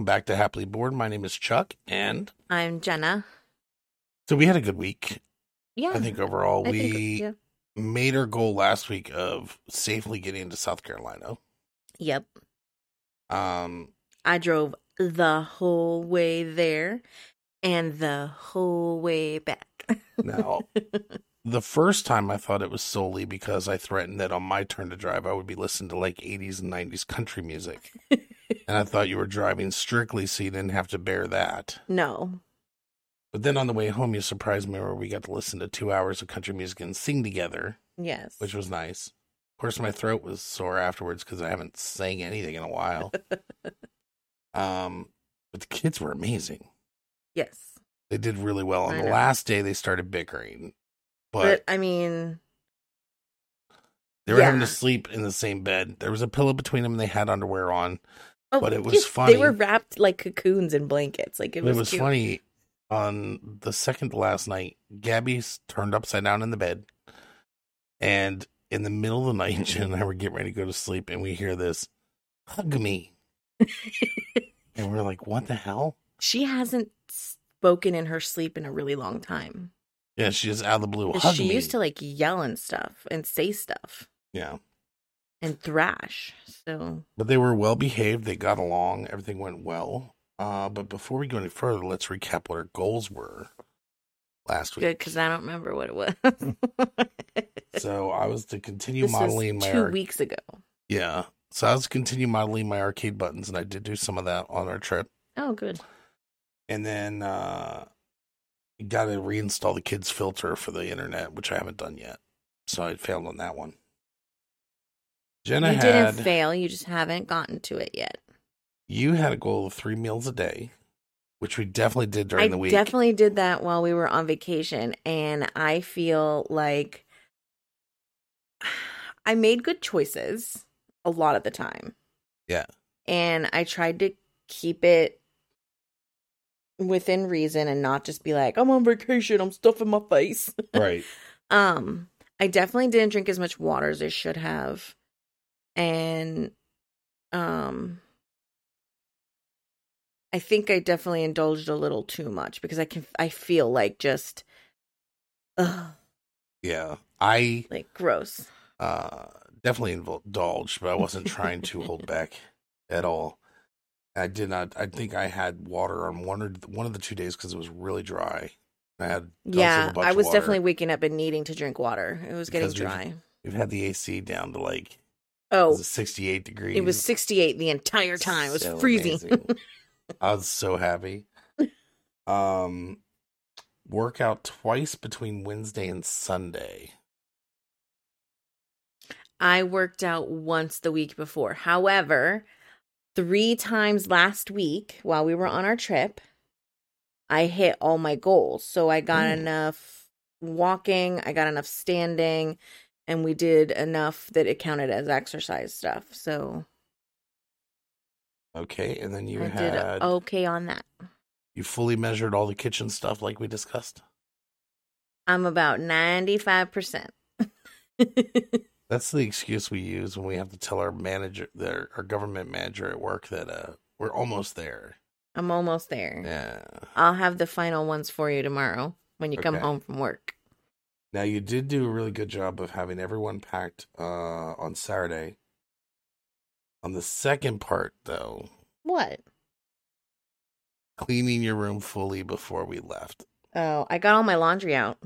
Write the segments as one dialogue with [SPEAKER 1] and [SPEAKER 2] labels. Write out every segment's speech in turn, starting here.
[SPEAKER 1] Welcome back to Happily Bored. My name is Chuck, and
[SPEAKER 2] I'm Jenna.
[SPEAKER 1] so we had a good week.
[SPEAKER 2] Yeah.
[SPEAKER 1] I think overall,
[SPEAKER 2] I
[SPEAKER 1] we
[SPEAKER 2] think- yeah.
[SPEAKER 1] made our goal last week of safely getting into South Carolina.
[SPEAKER 2] Yep.
[SPEAKER 1] Um,
[SPEAKER 2] I drove the whole way there and the whole way back.
[SPEAKER 1] now, the first time I thought it was solely because I threatened that on my turn to drive, I would be listening to like 80s and 90s country music. and I thought you were driving strictly so you didn't have to bear that.
[SPEAKER 2] no.
[SPEAKER 1] But then on the way home, you surprised me where we got to listen to two hours of country music and sing together,
[SPEAKER 2] Yes.
[SPEAKER 1] which was nice. Of course, my throat was sore afterwards because I haven't sang anything in a while. um, but the kids were amazing.
[SPEAKER 2] yes.
[SPEAKER 1] They did really well. On
[SPEAKER 2] I
[SPEAKER 1] the
[SPEAKER 2] know.
[SPEAKER 1] last day, they started bickering,
[SPEAKER 2] But,
[SPEAKER 1] but
[SPEAKER 2] I mean,
[SPEAKER 1] they were having to
[SPEAKER 2] yeah.
[SPEAKER 1] sleep in the same bed. There was a pillow between them. They had underwear on.
[SPEAKER 2] oh,
[SPEAKER 1] But it was
[SPEAKER 2] yes,
[SPEAKER 1] funny.
[SPEAKER 2] They were wrapped like cocoons in blankets. Like it
[SPEAKER 1] It
[SPEAKER 2] was,
[SPEAKER 1] was,
[SPEAKER 2] cute.
[SPEAKER 1] funny. On the second to last night, Gabby's turned upside down in the bed, and in the middle of the night, Jen and I were getting ready to go to sleep, and we hear this, "Hug me," and we're like, "What the hell?"
[SPEAKER 2] She hasn't spoken in her sleep in a really long time.
[SPEAKER 1] Yeah, she just out of the blue.
[SPEAKER 2] 'Cause
[SPEAKER 1] Hug
[SPEAKER 2] she
[SPEAKER 1] me.
[SPEAKER 2] used to like yell and stuff and say stuff
[SPEAKER 1] yeah,
[SPEAKER 2] and thrash. So
[SPEAKER 1] but they were well behaved. They got along. Everything went well. Uh, but before we go any further, let's recap what our goals were last week.
[SPEAKER 2] good because I don't remember what it was.
[SPEAKER 1] So I was to continue
[SPEAKER 2] this
[SPEAKER 1] modeling
[SPEAKER 2] was
[SPEAKER 1] my
[SPEAKER 2] two
[SPEAKER 1] arc-
[SPEAKER 2] weeks ago.
[SPEAKER 1] Yeah. So I was continue modeling my arcade buttons, and I did do some of that on our trip.
[SPEAKER 2] Oh, good.
[SPEAKER 1] And then uh got to reinstall the kids' filter for the internet, which I haven't done yet. So I failed on that one. Jenna
[SPEAKER 2] you
[SPEAKER 1] had
[SPEAKER 2] didn't fail. You just haven't gotten to it yet.
[SPEAKER 1] you had a goal of three meals a day, which we definitely did during
[SPEAKER 2] I
[SPEAKER 1] the week.
[SPEAKER 2] definitely did that while we were on vacation, and I feel like I made good choices a lot of the time.
[SPEAKER 1] Yeah.
[SPEAKER 2] And I tried to keep it within reason and not just be like, I'm on vacation, I'm stuffing my face.
[SPEAKER 1] right.
[SPEAKER 2] Um, I definitely didn't drink as much water as I should have. And um I think I definitely indulged a little too much because I can I feel like just ugh,
[SPEAKER 1] Yeah. I
[SPEAKER 2] like gross.
[SPEAKER 1] uh definitely indulged, but I wasn't trying to hold back at all. I did not. I think I had water on one or one of the two days because it was really dry. I had dozens
[SPEAKER 2] yeah,
[SPEAKER 1] of bunch
[SPEAKER 2] I
[SPEAKER 1] of
[SPEAKER 2] was
[SPEAKER 1] water.
[SPEAKER 2] definitely waking up and needing to drink water. It was getting
[SPEAKER 1] Because we've-
[SPEAKER 2] dry.
[SPEAKER 1] We've had the AC down to like it
[SPEAKER 2] Oh,
[SPEAKER 1] was 68 degrees.
[SPEAKER 2] it was 68 the entire time. It was
[SPEAKER 1] So
[SPEAKER 2] freezing.
[SPEAKER 1] amazing. I was so happy. Um, work out twice between Wednesday and Sunday.
[SPEAKER 2] I worked out once the week before. However, three times last week while we were on our trip, I hit all my goals. So I got
[SPEAKER 1] Mm.
[SPEAKER 2] enough walking, I got enough standing, and we did enough that it counted as exercise stuff. So
[SPEAKER 1] Okay, and then you
[SPEAKER 2] I
[SPEAKER 1] had
[SPEAKER 2] did Oh. okay on that.
[SPEAKER 1] you fully measured all the kitchen stuff like we discussed.
[SPEAKER 2] I'm about 95%.
[SPEAKER 1] That's the excuse we use when we have to tell our manager, their, our government manager at work, that uh, we're almost there.
[SPEAKER 2] I'm almost there.
[SPEAKER 1] Yeah.
[SPEAKER 2] I'll have the final ones for you tomorrow when you come
[SPEAKER 1] Okay.
[SPEAKER 2] home from work.
[SPEAKER 1] Now you did do a really good job of having everyone packed uh, on Saturday. On the second part, though,
[SPEAKER 2] What?
[SPEAKER 1] cleaning your room fully before we left.
[SPEAKER 2] Oh, I got all my laundry out.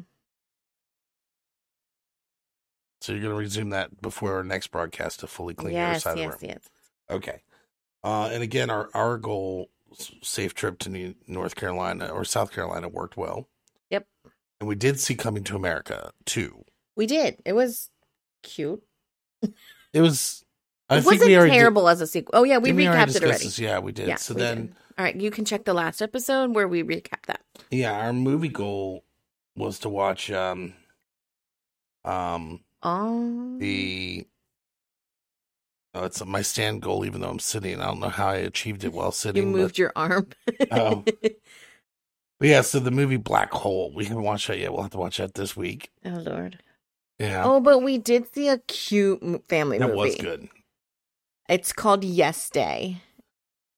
[SPEAKER 1] So you're gonna resume that before our next broadcast to fully clean your
[SPEAKER 2] yes,
[SPEAKER 1] side
[SPEAKER 2] yes,
[SPEAKER 1] of the room.
[SPEAKER 2] yes.
[SPEAKER 1] Okay. Uh, and again, our our goal, s- safe trip to New- North Carolina or South Carolina, worked well.
[SPEAKER 2] Yep.
[SPEAKER 1] And we did see Coming to America too.
[SPEAKER 2] We did. It was cute.
[SPEAKER 1] It was. I
[SPEAKER 2] it
[SPEAKER 1] think
[SPEAKER 2] wasn't
[SPEAKER 1] we already
[SPEAKER 2] terrible as a sequel. Oh yeah,
[SPEAKER 1] Did,
[SPEAKER 2] we
[SPEAKER 1] didn't we already
[SPEAKER 2] recapped it
[SPEAKER 1] discuss
[SPEAKER 2] already.
[SPEAKER 1] This? Yeah, we did.
[SPEAKER 2] Yeah,
[SPEAKER 1] so
[SPEAKER 2] we
[SPEAKER 1] then,
[SPEAKER 2] did. all right, you can check the last episode where we recap that.
[SPEAKER 1] yeah, our movie goal was to watch um, um,
[SPEAKER 2] Oh,
[SPEAKER 1] the. Oh, it's my stand goal, even though I'm sitting. I don't know how I achieved it while
[SPEAKER 2] you
[SPEAKER 1] sitting. but-
[SPEAKER 2] moved your arm.
[SPEAKER 1] Oh. but yeah, so the movie Black Hole, we haven't watched that yet. We'll have to watch that this week.
[SPEAKER 2] Oh, lord.
[SPEAKER 1] Yeah,
[SPEAKER 2] Oh, but we did see a cute m- family
[SPEAKER 1] that
[SPEAKER 2] movie.
[SPEAKER 1] was good.
[SPEAKER 2] It's called Yes Day.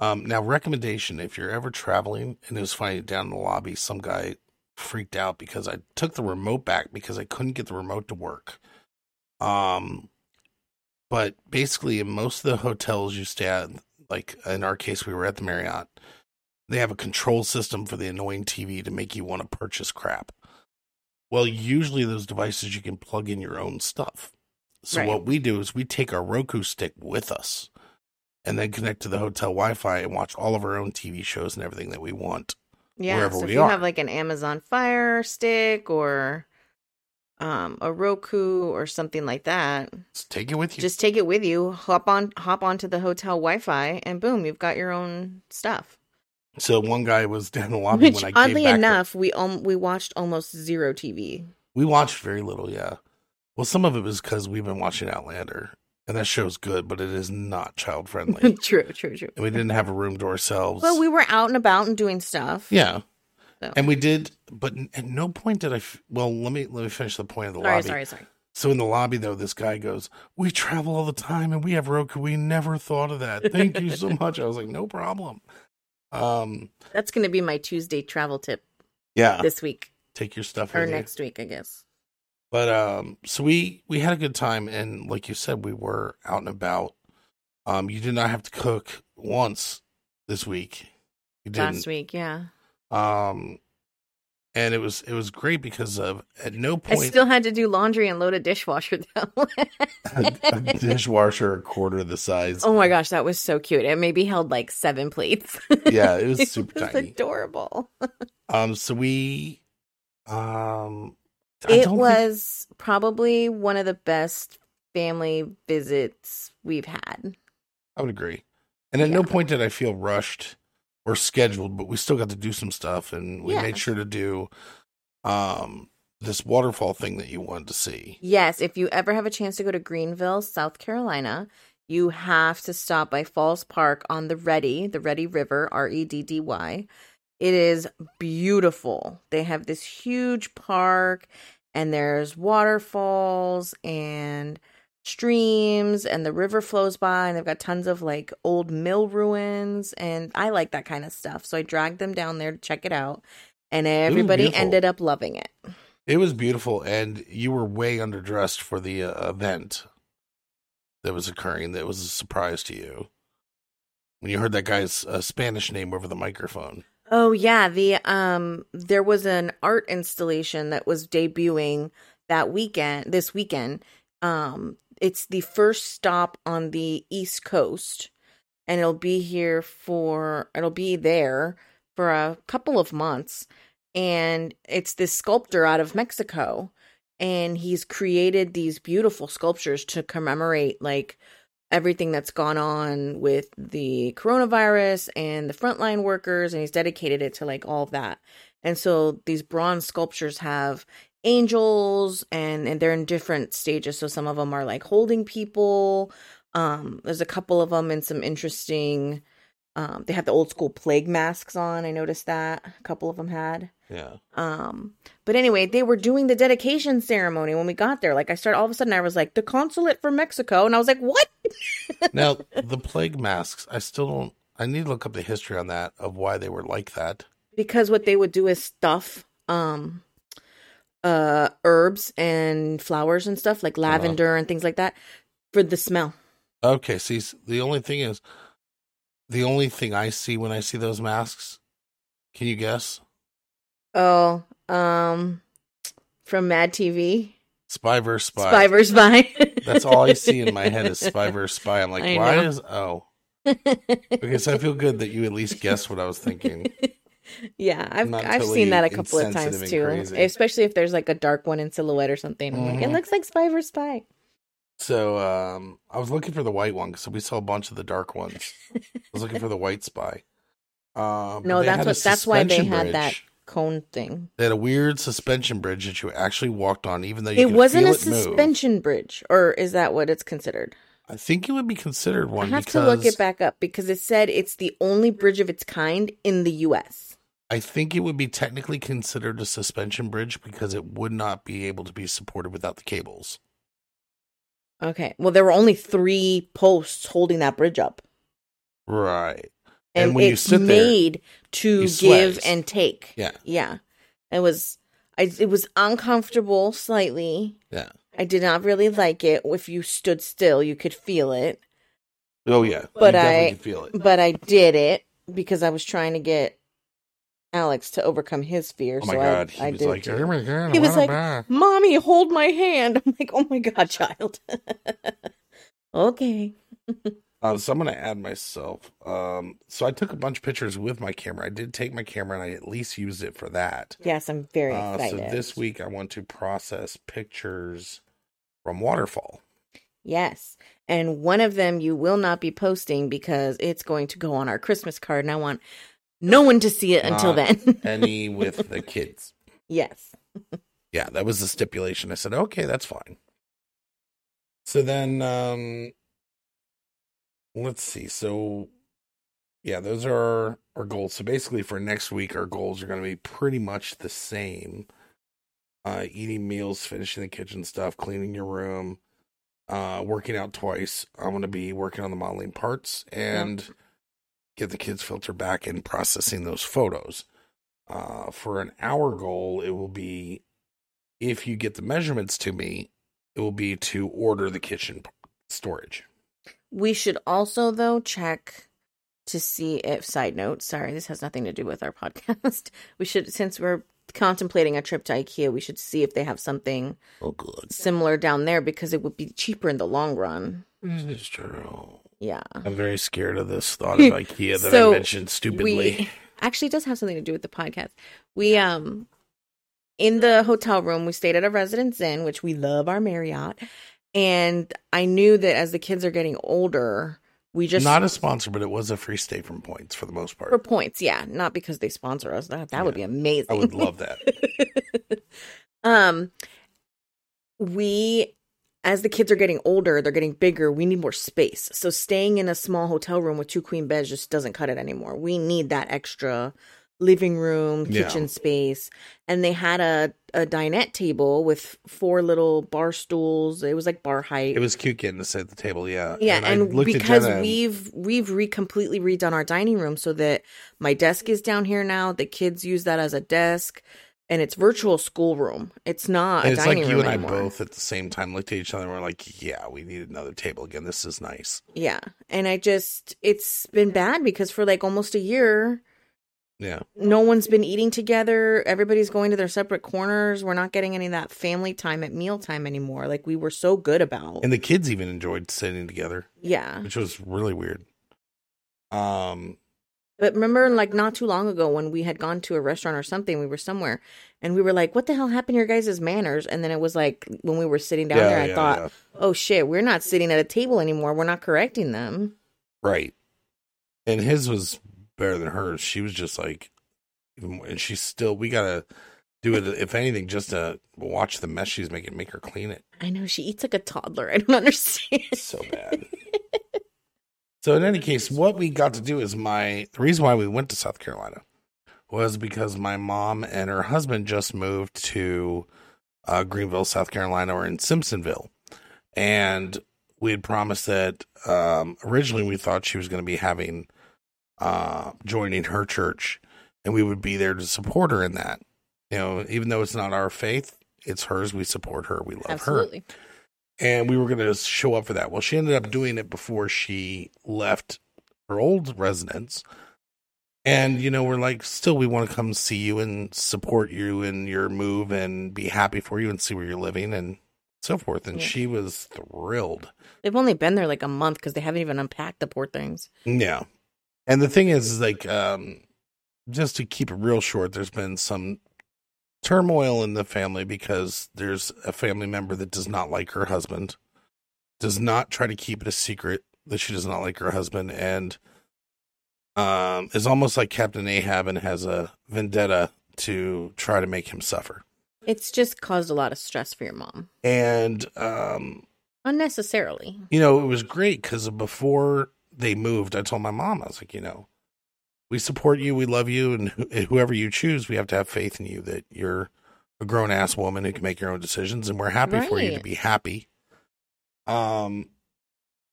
[SPEAKER 1] Um, now, recommendation if you're ever traveling, and it was funny down in the lobby, some guy freaked out because I took the remote back because I couldn't get the remote to work. Um, but basically, in most of the hotels you stay at, like in our case, we were at the Marriott, they have a control system for the annoying TV to make you want to purchase crap. Well, usually those devices you can plug in your own stuff. So
[SPEAKER 2] Right.
[SPEAKER 1] what we do is we take our Roku stick with us and then connect to the hotel Wi-Fi and watch all of our own TV shows and everything that we want.
[SPEAKER 2] Yeah.
[SPEAKER 1] Wherever
[SPEAKER 2] so if
[SPEAKER 1] we
[SPEAKER 2] you
[SPEAKER 1] are.
[SPEAKER 2] have like an Amazon Fire Stick or um, a Roku or something like that,
[SPEAKER 1] Just take it with you.
[SPEAKER 2] just take it with you. Hop on, hop onto the hotel Wi-Fi, and boom, you've got your own stuff.
[SPEAKER 1] so one guy was down in the lobby
[SPEAKER 2] Which,
[SPEAKER 1] when I came
[SPEAKER 2] oddly
[SPEAKER 1] back.
[SPEAKER 2] enough, we um, we watched almost zero TV.
[SPEAKER 1] we watched very little. Yeah. Well, some of it was because we've been watching Outlander, and that show's good, but it is not child friendly, and
[SPEAKER 2] true, true, true.
[SPEAKER 1] we didn't have a room to ourselves.
[SPEAKER 2] Well, we were out and about and doing stuff.
[SPEAKER 1] yeah.
[SPEAKER 2] So-
[SPEAKER 1] And we did, but n- at no point did I. F- well, let me let me finish the point of the
[SPEAKER 2] Sorry,
[SPEAKER 1] lobby.
[SPEAKER 2] sorry, sorry.
[SPEAKER 1] So in the lobby, though, this guy goes, "We travel all the time, and we have Roku. We never thought of that. Thank you so much." I was like, "No problem." Um,
[SPEAKER 2] That's going to be my Tuesday travel tip
[SPEAKER 1] yeah,
[SPEAKER 2] this week
[SPEAKER 1] take your stuff
[SPEAKER 2] or
[SPEAKER 1] with you.
[SPEAKER 2] next week, I guess.
[SPEAKER 1] But um, so we we had a good time, and like you said, we were out and about. Um, you did not have to cook once this week. You didn't.
[SPEAKER 2] Last week, yeah.
[SPEAKER 1] Um, and it was it was great because of at no
[SPEAKER 2] I
[SPEAKER 1] point
[SPEAKER 2] still had to do laundry and load a dishwasher though.
[SPEAKER 1] a, a dishwasher a quarter the size.
[SPEAKER 2] oh my gosh, that was so cute. It maybe held like seven plates.
[SPEAKER 1] Yeah, it was super tiny.
[SPEAKER 2] adorable.
[SPEAKER 1] Um, so we, um, I
[SPEAKER 2] It
[SPEAKER 1] don't think-
[SPEAKER 2] was probably one of the best family visits we've had.
[SPEAKER 1] I would agree. And at no
[SPEAKER 2] Yeah.
[SPEAKER 1] point did I feel rushed or scheduled, but we still got to do some stuff and we
[SPEAKER 2] Yeah.
[SPEAKER 1] made sure to do um this waterfall thing that you wanted to see.
[SPEAKER 2] Yes, if you ever have a chance to go to Greenville, South Carolina, you have to stop by Falls Park on the Ready, the Ready River, R E D D Y. It is beautiful. They have this huge park and there's waterfalls and streams and the river flows by and they've got tons of like old mill ruins and I like that kind of stuff. So I dragged them down there to check it out and everybody
[SPEAKER 1] beautiful.
[SPEAKER 2] ended up loving it.
[SPEAKER 1] It was beautiful and you were way underdressed for the uh, event that was occurring that was a surprise to you. When you heard that guy's uh, Spanish name over the microphone.
[SPEAKER 2] Oh yeah, the um there was an art installation that was debuting that weekend this weekend. Um it's the first stop on the East Coast and it'll be here for it'll be there for a couple of months and it's this sculptor out of Mexico and he's created these beautiful sculptures to commemorate like everything that's gone on with the coronavirus and the frontline workers and he's dedicated it to like all of that and so these bronze sculptures have angels and and they're in different stages so some of them are like holding people um there's a couple of them in some interesting um they have the old school plague masks on i noticed that a couple of them had
[SPEAKER 1] Yeah.
[SPEAKER 2] um, but anyway, they were doing the dedication ceremony when we got there. Like I started all of a sudden I was like, the consulate for Mexico, and I was like, What?
[SPEAKER 1] now, the plague masks, I still don't I need to look up the history on that of why they were like that.
[SPEAKER 2] Because what they would do is stuff um uh herbs and flowers and stuff, like lavender and things like that, for the smell.
[SPEAKER 1] Okay, see, s- the only thing is, the only thing I see when I see those masks, can you guess?
[SPEAKER 2] Oh, um from Mad TV.
[SPEAKER 1] Spy versus spy.
[SPEAKER 2] Spy versus spy.
[SPEAKER 1] That's all I see in my head is spy versus spy. I'm like,
[SPEAKER 2] I
[SPEAKER 1] why
[SPEAKER 2] know.
[SPEAKER 1] is oh? Okay, so I feel good that you at least guessed what I was thinking.
[SPEAKER 2] Yeah, I've
[SPEAKER 1] Not
[SPEAKER 2] I've
[SPEAKER 1] totally
[SPEAKER 2] seen that a couple of
[SPEAKER 1] insensitive
[SPEAKER 2] times
[SPEAKER 1] and
[SPEAKER 2] too.
[SPEAKER 1] crazy.
[SPEAKER 2] Especially if there's like a dark one in silhouette or something. I'm like, it
[SPEAKER 1] Mhm.
[SPEAKER 2] looks like Spy vs. Spy.
[SPEAKER 1] So um, I was looking for the white one because we saw a bunch of the dark ones. I was looking for the white spy. Um,
[SPEAKER 2] No, that's what that's why they had that cone thing.
[SPEAKER 1] They had a weird suspension bridge that you actually walked on, even though you
[SPEAKER 2] It
[SPEAKER 1] could
[SPEAKER 2] wasn't
[SPEAKER 1] feel
[SPEAKER 2] a
[SPEAKER 1] it move.
[SPEAKER 2] suspension bridge, or is that what it's considered?
[SPEAKER 1] I think it would be considered
[SPEAKER 2] I
[SPEAKER 1] one.
[SPEAKER 2] have to
[SPEAKER 1] because
[SPEAKER 2] look it back up because it said it's the only bridge of its kind in the U.S.
[SPEAKER 1] I think it would be technically considered a suspension bridge because it would not be able to be supported without the cables.
[SPEAKER 2] Okay, well there were only three posts holding that bridge up,
[SPEAKER 1] Right. And
[SPEAKER 2] and,
[SPEAKER 1] when you
[SPEAKER 2] it's
[SPEAKER 1] sit there,
[SPEAKER 2] made to
[SPEAKER 1] you
[SPEAKER 2] give
[SPEAKER 1] sweat.
[SPEAKER 2] and take.
[SPEAKER 1] Yeah.
[SPEAKER 2] yeah. It was, I it was uncomfortable slightly.
[SPEAKER 1] Yeah.
[SPEAKER 2] I did not really like it. If you stood still, you could feel it,
[SPEAKER 1] Oh yeah.
[SPEAKER 2] But
[SPEAKER 1] you definitely
[SPEAKER 2] I-
[SPEAKER 1] can feel it.
[SPEAKER 2] but I did it because I was trying to get Alex to overcome his fear.
[SPEAKER 1] Oh my
[SPEAKER 2] so
[SPEAKER 1] god.
[SPEAKER 2] I, I
[SPEAKER 1] he was
[SPEAKER 2] did.
[SPEAKER 1] like,
[SPEAKER 2] too.
[SPEAKER 1] "Oh my God,
[SPEAKER 2] He was
[SPEAKER 1] what a
[SPEAKER 2] like-
[SPEAKER 1] bar."
[SPEAKER 2] Mommy, hold my hand. I'm like, oh my God, child. okay.
[SPEAKER 1] Uh, so I'm gonna add myself. Um, so I took a bunch of pictures with my camera. I did take my camera and I at least used it for that.
[SPEAKER 2] Yes, I'm very
[SPEAKER 1] Uh, so
[SPEAKER 2] excited.
[SPEAKER 1] this week I want to process pictures from waterfall.
[SPEAKER 2] Yes. And one of them you will not be posting because it's going to go on our Christmas card and I want no one to see it until
[SPEAKER 1] Not
[SPEAKER 2] then.
[SPEAKER 1] Any with the kids.
[SPEAKER 2] yes.
[SPEAKER 1] Yeah, that was the stipulation. I said, okay, that's fine. So then, um, let's see. So, yeah, those are our, our goals. So basically, for next week, our goals are going to be pretty much the same: uh, eating meals, finishing the kitchen stuff, cleaning your room, uh, working out twice. I'm going to be working on the modeling parts and get the kids filter back and processing those photos. Uh, for an hour goal, it will be if you get the measurements to me, it will be to order the kitchen p- storage.
[SPEAKER 2] We should also though check to see if side note, sorry, this has nothing to do with our podcast. We should since we're contemplating a trip to IKEA, we should see if they have something
[SPEAKER 1] Oh, good.
[SPEAKER 2] similar down there because it would be cheaper in the long run.
[SPEAKER 1] This is true.
[SPEAKER 2] Yeah.
[SPEAKER 1] I'm very scared of this thought of IKEA that
[SPEAKER 2] So,
[SPEAKER 1] I mentioned stupidly.
[SPEAKER 2] We, actually, it does have something to do with the podcast. We um, in the hotel room, we stayed at a Residence Inn, which we love our Marriott, and I knew that as the kids are getting older, we just
[SPEAKER 1] Not a sponsor, but it was a free stay from points for the most
[SPEAKER 2] for
[SPEAKER 1] part.
[SPEAKER 2] points, yeah, not because they sponsor us. That that would be
[SPEAKER 1] Yeah.
[SPEAKER 2] amazing.
[SPEAKER 1] I would love that.
[SPEAKER 2] um, we. As the kids are getting older, they're getting bigger. We need more space. So staying in a small hotel room with two queen beds just doesn't cut it anymore. We need that extra living room,
[SPEAKER 1] Yeah.
[SPEAKER 2] kitchen space, and they had a a dinette table with four little bar stools. It was like bar height.
[SPEAKER 1] It was cute getting to sit at the table. Yeah.
[SPEAKER 2] yeah,
[SPEAKER 1] I
[SPEAKER 2] and,
[SPEAKER 1] looked at
[SPEAKER 2] because
[SPEAKER 1] Jenna and-
[SPEAKER 2] we've we've re completely redone our dining room so that my desk is down here now. The kids use that as a desk, and it's virtual schoolroom. It's not
[SPEAKER 1] and
[SPEAKER 2] a
[SPEAKER 1] it's like
[SPEAKER 2] dining
[SPEAKER 1] you
[SPEAKER 2] room
[SPEAKER 1] and I
[SPEAKER 2] anymore.
[SPEAKER 1] both at the same time looked at each other and were like, yeah, we need another table again. This is nice.
[SPEAKER 2] Yeah, and I just it's been bad because for like almost a year,
[SPEAKER 1] Yeah.
[SPEAKER 2] no one's been eating together. Everybody's going to their separate corners. We're not getting any of that family time at mealtime anymore, like we were so good about.
[SPEAKER 1] And the kids even enjoyed sitting together,
[SPEAKER 2] yeah.
[SPEAKER 1] which was really weird. Um,
[SPEAKER 2] But remember, like not too long ago, when we had gone to a restaurant or something, we were somewhere and we were like, what the hell happened to your guys' manners? And then it was like when we were sitting down
[SPEAKER 1] yeah,
[SPEAKER 2] there, I
[SPEAKER 1] yeah,
[SPEAKER 2] thought,
[SPEAKER 1] yeah.
[SPEAKER 2] oh shit, we're not sitting at a table anymore. We're not correcting them.
[SPEAKER 1] Right. And his was better than hers. She was just like, even- and she's still, we got to do it, if anything, just to watch the mess she's making, make her clean it
[SPEAKER 2] I know she eats like a toddler. I don't understand.
[SPEAKER 1] so bad. so, in any case, what we got to do is my, the reason why we went to South Carolina was because my mom and her husband just moved to uh, Greenville, South Carolina, or in Simpsonville. And we had promised that um, originally we thought she was going to be having uh, joining her church, and we would be there to support her in that. You know, even though it's not our faith, it's hers. We support her. We love her
[SPEAKER 2] Absolutely.
[SPEAKER 1] and we were going to show up for that. Well, she ended up doing it before she left her old residence. And, you know, we're like, still, we want to come see you and support you in your move and be happy for you and see where you're living and so forth. And
[SPEAKER 2] Yeah.
[SPEAKER 1] she was thrilled.
[SPEAKER 2] They've only been there like a month because they haven't even unpacked the poor things.
[SPEAKER 1] Yeah. And the thing is, is like, um, just to keep it real short, there's been some turmoil in the family because there's a family member that does not like her husband, does not try to keep it a secret that she does not like her husband, and um, is almost like Captain Ahab and has a vendetta to try to make him suffer.
[SPEAKER 2] It's just caused a lot of stress for your mom
[SPEAKER 1] And um,
[SPEAKER 2] unnecessarily.
[SPEAKER 1] you know, it was great because before they moved, I told my mom, I was like, you know, we support you, we love you, and wh- whoever you choose, we have to have faith in you that you're a grown ass woman who can make your own decisions, and we're happy for you to
[SPEAKER 2] Right.
[SPEAKER 1] be happy. Um,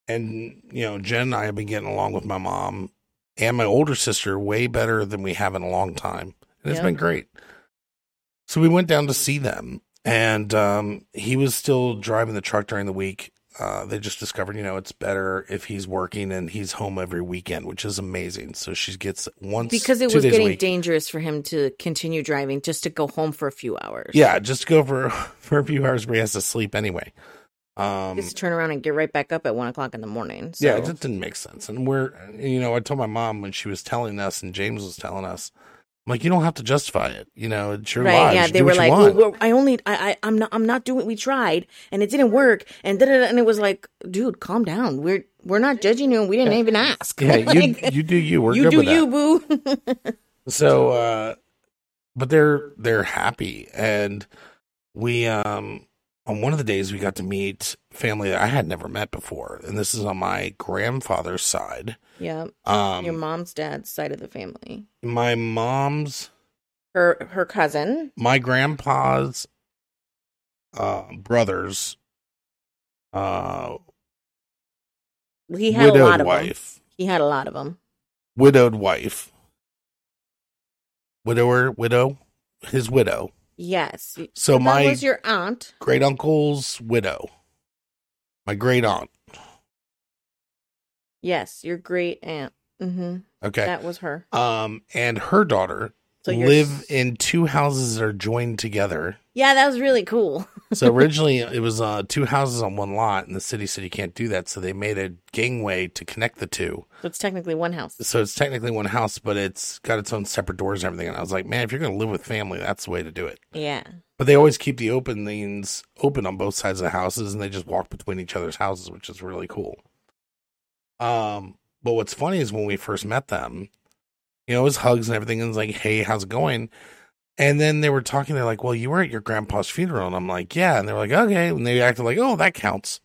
[SPEAKER 1] and you know, Jen and I have been getting along with my mom and my older sister way better than we have in a long time. And it's
[SPEAKER 2] Yeah.
[SPEAKER 1] been great. So we went down to see them, and um, he was still driving the truck during the week. Uh, they just discovered, you know, it's better if he's working and he's home every weekend, which is amazing. So she gets once
[SPEAKER 2] because it
[SPEAKER 1] two
[SPEAKER 2] was
[SPEAKER 1] days a
[SPEAKER 2] getting
[SPEAKER 1] week.
[SPEAKER 2] dangerous for him to continue driving just to go home for a few hours.
[SPEAKER 1] Yeah, just go for for a few hours where he has to sleep anyway. Um,
[SPEAKER 2] just turn around and get right back up at one o'clock in the morning. So.
[SPEAKER 1] Yeah, it just didn't make sense. And we're, you know, I told my mom when she was telling us and James was telling us, I'm like, you don't have to justify it. You know, it's your
[SPEAKER 2] right?
[SPEAKER 1] lives.
[SPEAKER 2] Yeah,
[SPEAKER 1] You
[SPEAKER 2] they
[SPEAKER 1] do
[SPEAKER 2] were
[SPEAKER 1] what you
[SPEAKER 2] like, well,
[SPEAKER 1] want.
[SPEAKER 2] we're- "I only, I, I, I'm not, I'm not doing. We tried, and it didn't work, and da, da, da, and it was like, dude, calm down. We're, we're not judging you, and we didn't even ask.
[SPEAKER 1] yeah, you,
[SPEAKER 2] Like,
[SPEAKER 1] you do you. We're
[SPEAKER 2] you
[SPEAKER 1] good
[SPEAKER 2] do
[SPEAKER 1] with
[SPEAKER 2] you, boo.
[SPEAKER 1] that. So, uh, but they're they're happy, and we um on one of the days we got to meet family that I had never met before, and this is on my grandfather's side.
[SPEAKER 2] yeah,
[SPEAKER 1] Um,
[SPEAKER 2] your mom's dad's side of the family,
[SPEAKER 1] my mom's
[SPEAKER 2] her, her cousin.
[SPEAKER 1] my grandpa's uh, brothers uh,
[SPEAKER 2] He had a lot of them.
[SPEAKER 1] wife
[SPEAKER 2] He had a lot of them.
[SPEAKER 1] widowed wife widower widow his widow
[SPEAKER 2] Yes.
[SPEAKER 1] so
[SPEAKER 2] that
[SPEAKER 1] my
[SPEAKER 2] was your aunt.
[SPEAKER 1] great uncle's widow my great aunt
[SPEAKER 2] Yes, your great aunt. hmm
[SPEAKER 1] okay
[SPEAKER 2] That was her.
[SPEAKER 1] um and her daughter
[SPEAKER 2] So your
[SPEAKER 1] live
[SPEAKER 2] s-
[SPEAKER 1] in two houses that are joined together
[SPEAKER 2] Yeah, that was really cool.
[SPEAKER 1] So originally it was uh, two houses on one lot, and the city said you can't do that. So they made a gangway to connect the two.
[SPEAKER 2] So it's technically one house.
[SPEAKER 1] So it's technically one house, but it's got its own separate doors and everything. And I was like, man, if you're going to live with family, that's the way to do it.
[SPEAKER 2] Yeah.
[SPEAKER 1] But they always keep the openings open on both sides of the houses, and they just walk between each other's houses, which is really cool. Um, but what's funny is when we first met them, you know, it was hugs and everything, and it's like, "Hey, how's it going?" And then they were talking. They're like, "Well, you were at your grandpa's funeral," and I'm like, "Yeah." And they were like, "Okay," and they acted like, "Oh, that counts."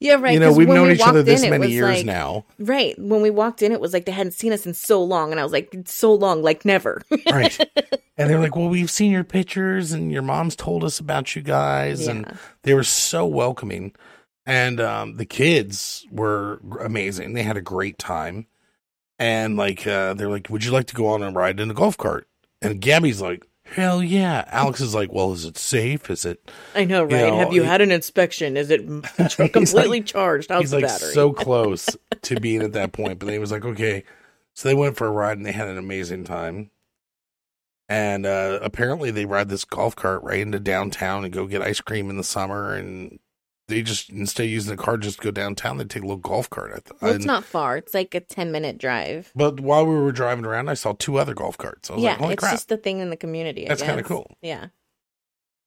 [SPEAKER 2] Yeah, right.
[SPEAKER 1] you know,
[SPEAKER 2] 'cause
[SPEAKER 1] we've
[SPEAKER 2] when
[SPEAKER 1] known
[SPEAKER 2] we
[SPEAKER 1] each other
[SPEAKER 2] walked
[SPEAKER 1] this
[SPEAKER 2] in, it
[SPEAKER 1] many
[SPEAKER 2] was
[SPEAKER 1] years
[SPEAKER 2] like-
[SPEAKER 1] now,
[SPEAKER 2] Right. When we walked in, it was like they hadn't seen us in so long. And I was like, so long, like never.
[SPEAKER 1] right? and they're like, "Well, we've seen your pictures, and your mom's told us about you guys, and
[SPEAKER 2] Yeah.
[SPEAKER 1] they were so welcoming and um the kids were amazing they had a great time and like uh they're like would you like to go on a ride in a golf cart and gabby's like hell yeah alex is like well is it safe is it
[SPEAKER 2] I know, right?
[SPEAKER 1] know,
[SPEAKER 2] Have you
[SPEAKER 1] he-
[SPEAKER 2] had an inspection? Is it m-
[SPEAKER 1] like-
[SPEAKER 2] completely charged? How's
[SPEAKER 1] he's
[SPEAKER 2] the
[SPEAKER 1] like
[SPEAKER 2] battery?
[SPEAKER 1] so close to being at that point but then he was like okay so they went for a ride and they had an amazing time and uh apparently they ride this golf cart right into downtown and go get ice cream in the summer and they just instead of using the car just go downtown they take a little golf cart I th-
[SPEAKER 2] well, it's
[SPEAKER 1] and-
[SPEAKER 2] not far. It's like a 10 minute drive.
[SPEAKER 1] But while we were driving around, I saw two other golf carts. I was
[SPEAKER 2] Yeah,
[SPEAKER 1] like, holy
[SPEAKER 2] it's
[SPEAKER 1] crap.
[SPEAKER 2] just the thing in the community. I
[SPEAKER 1] That's kinda
[SPEAKER 2] guess.
[SPEAKER 1] cool.
[SPEAKER 2] Yeah.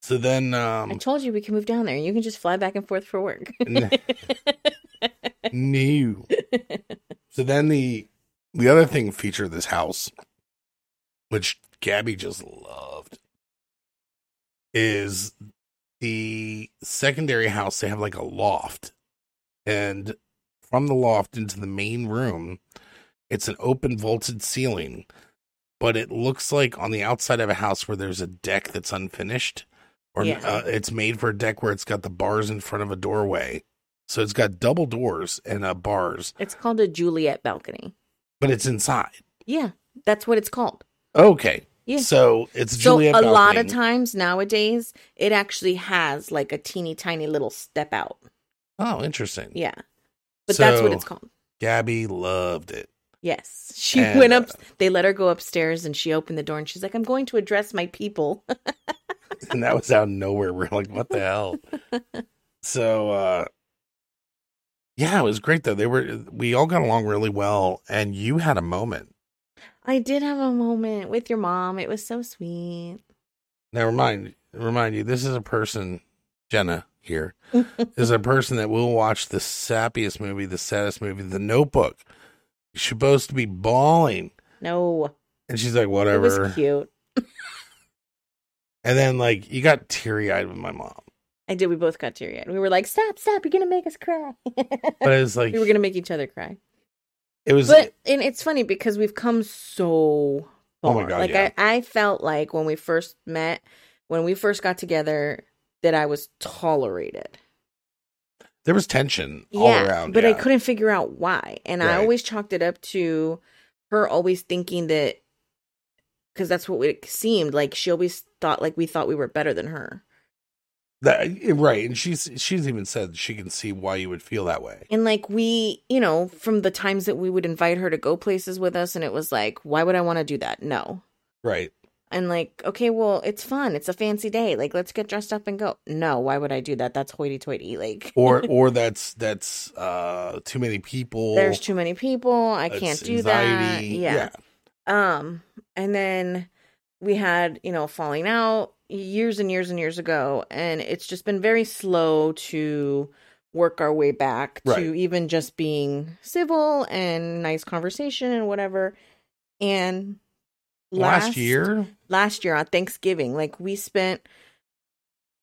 [SPEAKER 1] So then,
[SPEAKER 2] I
[SPEAKER 1] um,
[SPEAKER 2] told you we can move down there and you can just fly back and forth for work.
[SPEAKER 1] new. So then the the other thing feature of this house, which Gabby just loved, is the secondary house. They have like a loft, and from the loft into the main room, it's an open vaulted ceiling, but it looks like on the outside of a house where there's a deck that's unfinished, or
[SPEAKER 2] Yeah.
[SPEAKER 1] uh, it's made for a deck where it's got the bars in front of a doorway. So it's got double doors and uh, bars,
[SPEAKER 2] it's called a Juliet balcony.
[SPEAKER 1] but it's inside.
[SPEAKER 2] Yeah, that's what it's called.
[SPEAKER 1] Okay.
[SPEAKER 2] Yeah.
[SPEAKER 1] So it's
[SPEAKER 2] So
[SPEAKER 1] Juliet
[SPEAKER 2] a lot of
[SPEAKER 1] balcony.
[SPEAKER 2] times nowadays, it actually has like a teeny tiny little step out.
[SPEAKER 1] Oh, interesting.
[SPEAKER 2] Yeah. But that's what
[SPEAKER 1] So-
[SPEAKER 2] it's called.
[SPEAKER 1] Gabby loved it.
[SPEAKER 2] Yes. She
[SPEAKER 1] And,
[SPEAKER 2] went up
[SPEAKER 1] uh,
[SPEAKER 2] they let her go upstairs and she opened the door and she's like, I'm going to address my people.
[SPEAKER 1] And that was out of nowhere. We're like, what the hell? so uh yeah, it was great though. They were we all got along really well and you had a moment.
[SPEAKER 2] I did have a moment with your mom. It was so sweet.
[SPEAKER 1] Now remind remind you, this is a person Jenna here is a person that will watch the sappiest movie, the saddest movie, the notebook. You're supposed to be bawling.
[SPEAKER 2] No.
[SPEAKER 1] And she's like,
[SPEAKER 2] It
[SPEAKER 1] whatever.
[SPEAKER 2] was cute.
[SPEAKER 1] And then like you got teary eyed with my mom.
[SPEAKER 2] I did. We both got teary eyed. We were like, stop, stop. You're going to make us cry.
[SPEAKER 1] But it was like
[SPEAKER 2] we were going to make each other cry.
[SPEAKER 1] it was
[SPEAKER 2] But, and it's funny because we've come so far.
[SPEAKER 1] Oh my God,
[SPEAKER 2] Like,
[SPEAKER 1] yeah.
[SPEAKER 2] I, I felt like when we first met, when we first got together, that I was tolerated.
[SPEAKER 1] there was tension all around.
[SPEAKER 2] But I
[SPEAKER 1] yeah.
[SPEAKER 2] couldn't figure out why. And I
[SPEAKER 1] Right.
[SPEAKER 2] always chalked it up to her always thinking that because that's what it seemed like she always thought like we thought we were better than her
[SPEAKER 1] That right, and she's she's even said she can see why you would feel that way.
[SPEAKER 2] and like we you know from the times that we would invite her to go places with us and it was like why would i want to do that no
[SPEAKER 1] Right.
[SPEAKER 2] and like okay well it's fun it's a fancy day like let's get dressed up and go no why would i do that that's hoity-toity like
[SPEAKER 1] Or or that's that's uh too many people.
[SPEAKER 2] there's too many people i can't
[SPEAKER 1] it's
[SPEAKER 2] do that
[SPEAKER 1] anxiety.
[SPEAKER 2] yeah. Um, and then we had, you know, falling out years and years and years ago, and it's just been very slow to work our way back
[SPEAKER 1] Right.
[SPEAKER 2] to even just being civil and nice conversation and whatever. And
[SPEAKER 1] Last, year,
[SPEAKER 2] last year on Thanksgiving, like we spent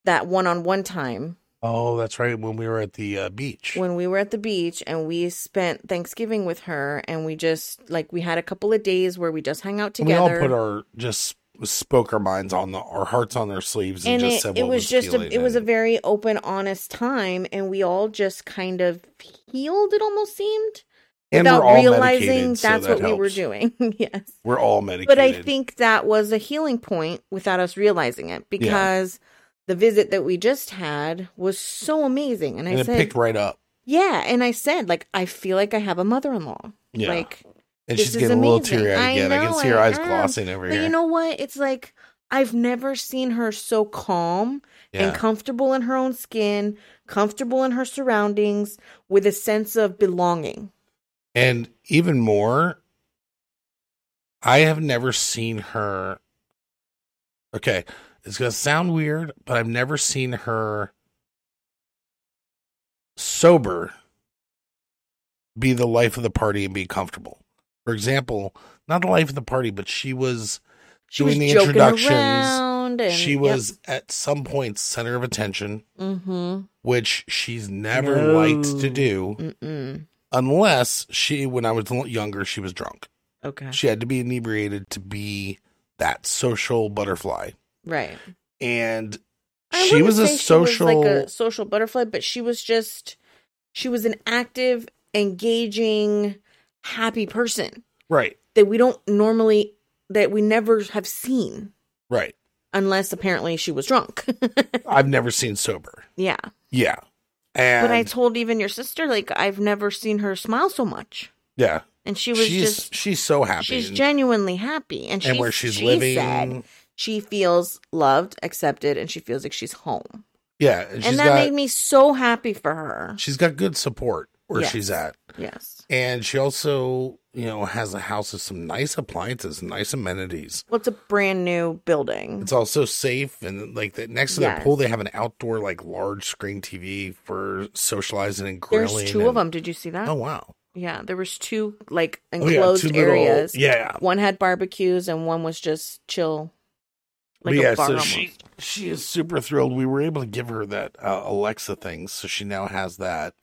[SPEAKER 2] that one-on-one time
[SPEAKER 1] oh, that's right, when we were at the uh, beach.
[SPEAKER 2] when we were at the beach and we spent Thanksgiving with her and we just like we had a couple of days where we just hung out
[SPEAKER 1] And we
[SPEAKER 2] together.
[SPEAKER 1] all put our just spoke our minds on the our hearts on our sleeves and,
[SPEAKER 2] and
[SPEAKER 1] just
[SPEAKER 2] it,
[SPEAKER 1] said
[SPEAKER 2] it
[SPEAKER 1] what
[SPEAKER 2] was, just a,
[SPEAKER 1] feeling
[SPEAKER 2] it was a
[SPEAKER 1] and-
[SPEAKER 2] very open honest time and we all just kind of healed it almost seemed
[SPEAKER 1] and we're
[SPEAKER 2] without
[SPEAKER 1] all
[SPEAKER 2] realizing
[SPEAKER 1] medicated,
[SPEAKER 2] that's
[SPEAKER 1] so
[SPEAKER 2] what
[SPEAKER 1] that
[SPEAKER 2] we were
[SPEAKER 1] helps.
[SPEAKER 2] doing yes
[SPEAKER 1] We're all medicated.
[SPEAKER 2] but i think that was a healing point without us realizing it because the visit that we just had was so amazing and i
[SPEAKER 1] and it
[SPEAKER 2] said
[SPEAKER 1] picked right up.
[SPEAKER 2] yeah and i said like i feel like i have a mother-in-law
[SPEAKER 1] Yeah.
[SPEAKER 2] like
[SPEAKER 1] and
[SPEAKER 2] this
[SPEAKER 1] she's
[SPEAKER 2] is
[SPEAKER 1] getting a little
[SPEAKER 2] amazing.
[SPEAKER 1] teary eyed
[SPEAKER 2] I
[SPEAKER 1] again. I can
[SPEAKER 2] know
[SPEAKER 1] see her
[SPEAKER 2] I
[SPEAKER 1] eyes
[SPEAKER 2] am,
[SPEAKER 1] glossing over
[SPEAKER 2] but
[SPEAKER 1] here.
[SPEAKER 2] you know what it's like i've never seen her so calm and comfortable in her own skin, comfortable in her surroundings, with a sense of belonging.
[SPEAKER 1] And even more, I have never seen her. Okay, it's going to sound weird, but I've never seen her sober be the life of the party and be comfortable. For example, not the life of the party, but she was
[SPEAKER 2] She
[SPEAKER 1] Doing
[SPEAKER 2] was
[SPEAKER 1] the
[SPEAKER 2] joking
[SPEAKER 1] introductions,
[SPEAKER 2] around, and
[SPEAKER 1] she was at some point center of attention,
[SPEAKER 2] hmm
[SPEAKER 1] which she's never
[SPEAKER 2] No.
[SPEAKER 1] liked to do
[SPEAKER 2] Mm-mm.
[SPEAKER 1] unless she when I was younger she was drunk.
[SPEAKER 2] Okay,
[SPEAKER 1] She had to be inebriated to be that social butterfly.
[SPEAKER 2] right.
[SPEAKER 1] And
[SPEAKER 2] I
[SPEAKER 1] she
[SPEAKER 2] wouldn't
[SPEAKER 1] was a
[SPEAKER 2] say she was
[SPEAKER 1] social
[SPEAKER 2] like a social butterfly, but she was just she was an active, engaging, happy person
[SPEAKER 1] right,
[SPEAKER 2] that we don't normally that we never have seen
[SPEAKER 1] right.
[SPEAKER 2] unless apparently she was drunk.
[SPEAKER 1] I've never seen sober.
[SPEAKER 2] yeah.
[SPEAKER 1] Yeah. And
[SPEAKER 2] but I told even your sister, like, I've never seen her smile so much.
[SPEAKER 1] yeah,
[SPEAKER 2] And she was
[SPEAKER 1] she's
[SPEAKER 2] just,
[SPEAKER 1] she's so happy.
[SPEAKER 2] she's
[SPEAKER 1] and-
[SPEAKER 2] genuinely happy. And,
[SPEAKER 1] and
[SPEAKER 2] she,
[SPEAKER 1] where she's
[SPEAKER 2] she
[SPEAKER 1] living.
[SPEAKER 2] said she feels loved, accepted, and she feels like she's home.
[SPEAKER 1] yeah, and she's
[SPEAKER 2] and that
[SPEAKER 1] got
[SPEAKER 2] made me so happy for her.
[SPEAKER 1] she's got good support where
[SPEAKER 2] Yes.
[SPEAKER 1] she's at.
[SPEAKER 2] Yes.
[SPEAKER 1] And she also, you know, has a house with some nice appliances, nice amenities.
[SPEAKER 2] Well, it's a brand new building.
[SPEAKER 1] It's also safe and like the, next to
[SPEAKER 2] Yes.
[SPEAKER 1] the pool, they have an outdoor like large screen TV for socializing and grilling.
[SPEAKER 2] There's two
[SPEAKER 1] and,
[SPEAKER 2] of them. Did you see that?
[SPEAKER 1] Oh wow!
[SPEAKER 2] Yeah, there was two like
[SPEAKER 1] Oh, yeah,
[SPEAKER 2] enclosed
[SPEAKER 1] two little-
[SPEAKER 2] areas.
[SPEAKER 1] yeah,
[SPEAKER 2] One had barbecues and one was just chill,
[SPEAKER 1] But
[SPEAKER 2] like
[SPEAKER 1] yeah.
[SPEAKER 2] a bar
[SPEAKER 1] So
[SPEAKER 2] almost.
[SPEAKER 1] she she is super thrilled. We were able to give her that uh, Alexa thing, so she now has that.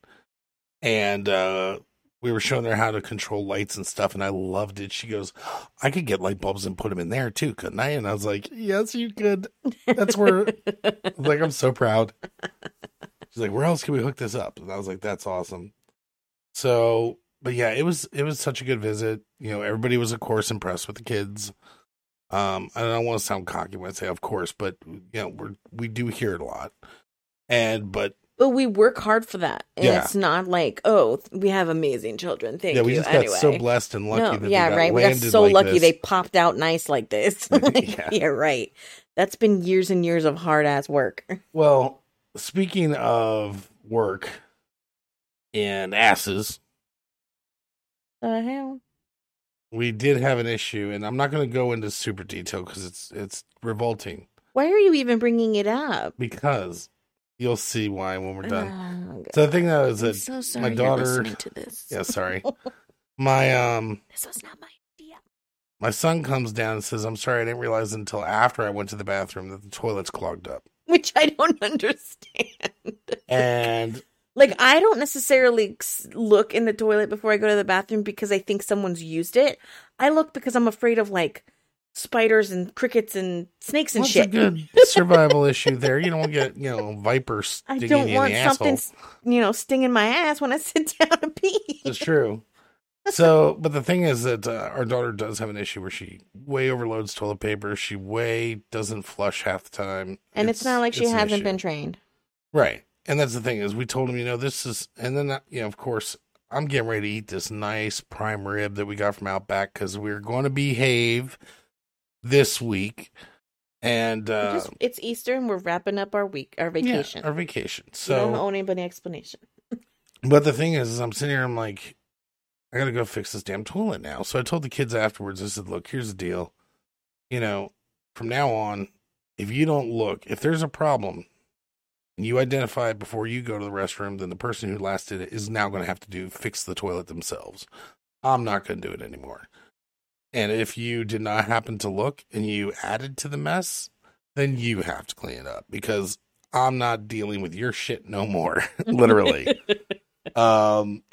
[SPEAKER 1] And uh, we were showing her how to control lights and stuff, and I loved it. She goes, "I could get light bulbs and put them in there too, couldn't I?" And I was like, "Yes, you could." That's where I was like, I'm so proud. She's like, where else can we hook this up? And I was like, that's awesome. So, but yeah, it was it was such a good visit. You know, everybody was of course impressed with the kids. Um, and I don't want to sound cocky when I say of course, but you know, we're we do hear it a lot. And but
[SPEAKER 2] But we work hard for that. And
[SPEAKER 1] Yeah.
[SPEAKER 2] it's not like, oh, th- we have amazing children. Thank
[SPEAKER 1] yeah,
[SPEAKER 2] you.
[SPEAKER 1] we just
[SPEAKER 2] anyway.
[SPEAKER 1] got so blessed and lucky that
[SPEAKER 2] yeah,
[SPEAKER 1] they got
[SPEAKER 2] right. We got
[SPEAKER 1] landed
[SPEAKER 2] so
[SPEAKER 1] like
[SPEAKER 2] lucky
[SPEAKER 1] this.
[SPEAKER 2] they popped out nice like this. Like,
[SPEAKER 1] Yeah.
[SPEAKER 2] yeah. right. That's been years and years of hard ass work.
[SPEAKER 1] Well, speaking of work and asses,
[SPEAKER 2] The hell?
[SPEAKER 1] we did have an issue, and I'm not going to go into super detail because it's it's revolting.
[SPEAKER 2] Why are you even bringing it up?
[SPEAKER 1] Because you'll see why when we're done.
[SPEAKER 2] Oh, God.
[SPEAKER 1] So the thing that was
[SPEAKER 2] I'm
[SPEAKER 1] that
[SPEAKER 2] so sorry you're
[SPEAKER 1] daughter-
[SPEAKER 2] listening to this.
[SPEAKER 1] yeah, sorry, my um
[SPEAKER 2] This was not my idea.
[SPEAKER 1] my son comes down and says, "I'm sorry, I didn't realize until after I went to the bathroom that the toilet's clogged up."
[SPEAKER 2] Which I don't understand.
[SPEAKER 1] And
[SPEAKER 2] Like, I don't necessarily s- look in the toilet before I go to the bathroom because I think someone's used it. I look because I'm afraid of like spiders and crickets and snakes and
[SPEAKER 1] that's a
[SPEAKER 2] shit.
[SPEAKER 1] good survival issue there. You don't get you know vipers
[SPEAKER 2] I
[SPEAKER 1] stinging you
[SPEAKER 2] don't
[SPEAKER 1] in
[SPEAKER 2] want
[SPEAKER 1] the
[SPEAKER 2] something,
[SPEAKER 1] asshole.
[SPEAKER 2] s- you know, stinging my ass when I sit down to pee.
[SPEAKER 1] It's true. so, but the thing is that uh, our daughter does have an issue where she way overloads toilet paper. She way doesn't flush half the time,
[SPEAKER 2] And it's, not like she
[SPEAKER 1] it's an
[SPEAKER 2] hasn't
[SPEAKER 1] issue.
[SPEAKER 2] been trained.
[SPEAKER 1] right. And that's the thing is, we told him, you know, this is, and then uh, you know, of course, I'm getting ready to eat this nice prime rib that we got from Outback because we're going to behave this week, and
[SPEAKER 2] We
[SPEAKER 1] uh,
[SPEAKER 2] just, it's Easter and we're wrapping up our week, our
[SPEAKER 1] yeah,
[SPEAKER 2] vacation.
[SPEAKER 1] our vacation. So
[SPEAKER 2] We don't owe anybody explanation.
[SPEAKER 1] But the thing is, is I'm sitting here, I'm like, I gotta go fix this damn toilet now. So I told the kids afterwards, I said, look, here's the deal. You know, from now on, if you don't look, if there's a problem and you identify it before you go to the restroom, then the person who last did it is now gonna have to do fix the toilet themselves. I'm not gonna do it anymore. And if you did not happen to look and you added to the mess, then you have to clean it up because I'm not dealing with your shit no more, literally. Um,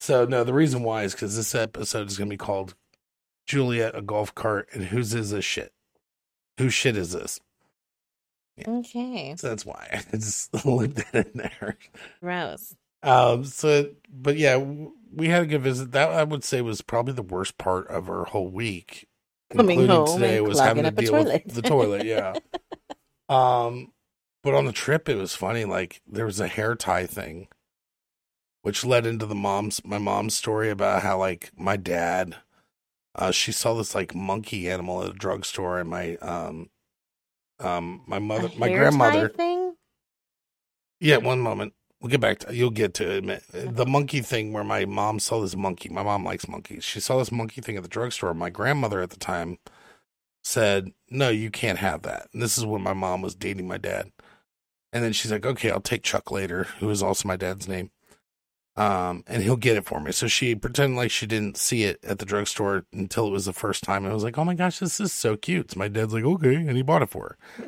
[SPEAKER 1] so no, the reason why is because this episode is going to be called Juliet a golf cart and whose is this shit? Whose shit is this?
[SPEAKER 2] okay.
[SPEAKER 1] So that's why I just lived that in there.
[SPEAKER 2] Gross.
[SPEAKER 1] Um, so but yeah, w- we had a good visit. That I would say was probably the worst part of our whole week,
[SPEAKER 2] Coming
[SPEAKER 1] including
[SPEAKER 2] home
[SPEAKER 1] today,
[SPEAKER 2] and
[SPEAKER 1] was having
[SPEAKER 2] clogging
[SPEAKER 1] to
[SPEAKER 2] up a
[SPEAKER 1] deal
[SPEAKER 2] toilet.
[SPEAKER 1] with the toilet. Yeah. um, but on the trip, it was funny. Like there was a hair tie thing, which led into the mom's my mom's story about how like my dad, uh, she saw this like monkey animal at a drugstore, and my um, um, my mother,
[SPEAKER 2] A
[SPEAKER 1] my
[SPEAKER 2] hair tie
[SPEAKER 1] grandmother,
[SPEAKER 2] thing?
[SPEAKER 1] yeah, one moment. We'll get back to you'll get to it. in a minute. the monkey thing where my mom saw this monkey. My mom likes monkeys. She saw this monkey thing at the drugstore. My grandmother at the time said, "No, you can't have that." And this is when my mom was dating my dad. And then she's like, "Okay, I'll take Chuck later, who is also my dad's name, um, and he'll get it for me." So she pretended like she didn't see it at the drugstore until it was the first time. And I was like, "Oh my gosh, this is so cute!" So my dad's like, "Okay," and he bought it for her.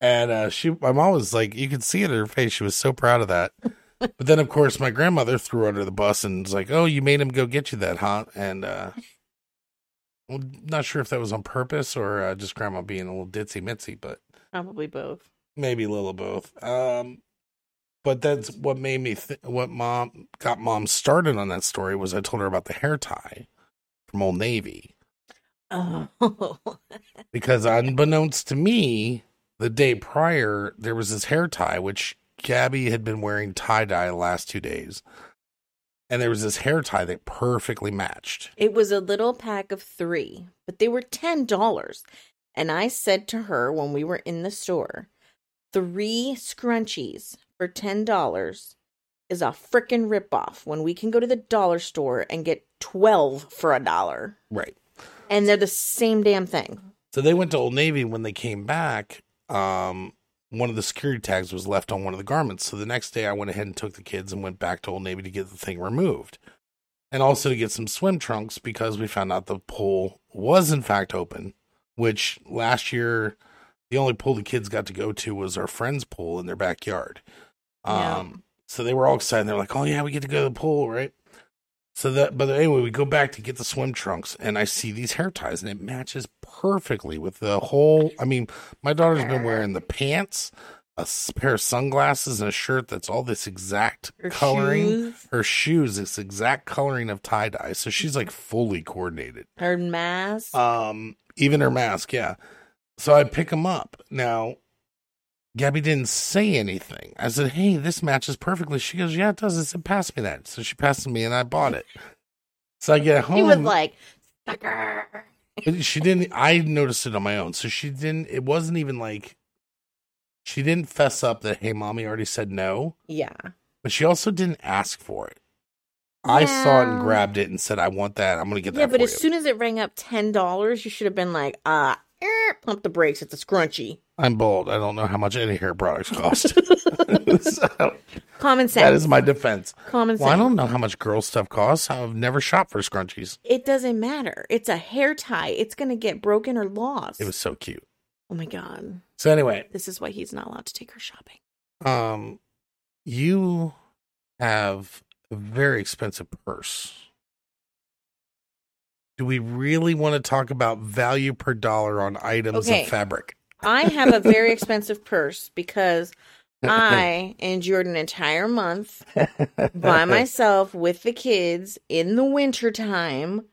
[SPEAKER 1] And uh, she, my mom was like, you could see it in her face. She was so proud of that. but then, of course, my grandmother threw her under the bus and was like, "Oh, you made him go get you that, huh?" And uh, I'm not sure if that was on purpose or uh, just grandma being a little ditzy mitzy, but
[SPEAKER 2] Probably both.
[SPEAKER 1] maybe a little of both. Um, but that's what made me th- what mom got mom started on that story was I told her about the hair tie from Old Navy
[SPEAKER 2] Oh.
[SPEAKER 1] because unbeknownst to me, the day prior there was this hair tie which Gabby had been wearing tie dye the last two days, and there was this hair tie that perfectly matched.
[SPEAKER 2] it was a little pack of three, but they were $10. And I said to her when we were in the store, three scrunchies for $10 is a frickin' ripoff when we can go to the dollar store and get 12 for a dollar.
[SPEAKER 1] Right.
[SPEAKER 2] And they're the same damn thing.
[SPEAKER 1] So they went to Old Navy. When they came back, um, one of the security tags was left on one of the garments. So the next day, I went ahead and took the kids and went back to Old Navy to get the thing removed, and also to get some swim trunks because we found out the pool was in fact open. Which last year, the only pool the kids got to go to was our friend's pool in their backyard.
[SPEAKER 2] Yeah.
[SPEAKER 1] Um, so they were all excited. They're like, "Oh yeah, we get to go to the pool, right?" So that, but anyway, we go back to get the swim trunks, and I see these hair ties, and it matches perfectly with the whole. I mean, my daughter's been wearing the pants, a s- pair of sunglasses, and a shirt that's all this exact
[SPEAKER 2] Her
[SPEAKER 1] coloring.
[SPEAKER 2] shoes,
[SPEAKER 1] Her shoes, this exact coloring of tie dye, so she's like fully coordinated.
[SPEAKER 2] her mask.
[SPEAKER 1] Um, even her mask, yeah. So I pick him up. Now, Gabby didn't say anything. I said, "Hey, this matches perfectly." She goes, "Yeah, it does." I said, "Pass me that." So she passed me, and I bought it. So I get home.
[SPEAKER 2] he was like, sucker.
[SPEAKER 1] But she didn't. I noticed it on my own. So she didn't. It wasn't even like she didn't fess up that. Hey, mommy already said no,
[SPEAKER 2] Yeah.
[SPEAKER 1] but she also didn't ask for it. I saw it and
[SPEAKER 2] Yeah.
[SPEAKER 1] grabbed it and said, "I want that. I'm gonna get that."
[SPEAKER 2] Yeah, but
[SPEAKER 1] for
[SPEAKER 2] as
[SPEAKER 1] you."
[SPEAKER 2] soon as it rang up ten dollars, you should have been like, uh, er, pump the brakes. It's a scrunchie.
[SPEAKER 1] I'm bold. I don't know how much any hair products cost. so
[SPEAKER 2] Common sense.
[SPEAKER 1] that is my defense.
[SPEAKER 2] common sense.
[SPEAKER 1] Well, I don't know how much girl stuff costs. I've never shopped for scrunchies.
[SPEAKER 2] It doesn't matter. It's a hair tie. It's gonna get broken or lost.
[SPEAKER 1] It was so cute.
[SPEAKER 2] oh my god.
[SPEAKER 1] So anyway,
[SPEAKER 2] This is why he's not allowed to take her shopping.
[SPEAKER 1] um, you have a very expensive purse. Do we really want to talk about value per dollar on items
[SPEAKER 2] Okay.
[SPEAKER 1] of fabric?
[SPEAKER 2] I have a very expensive purse because I endured an entire month by myself with the kids in the wintertime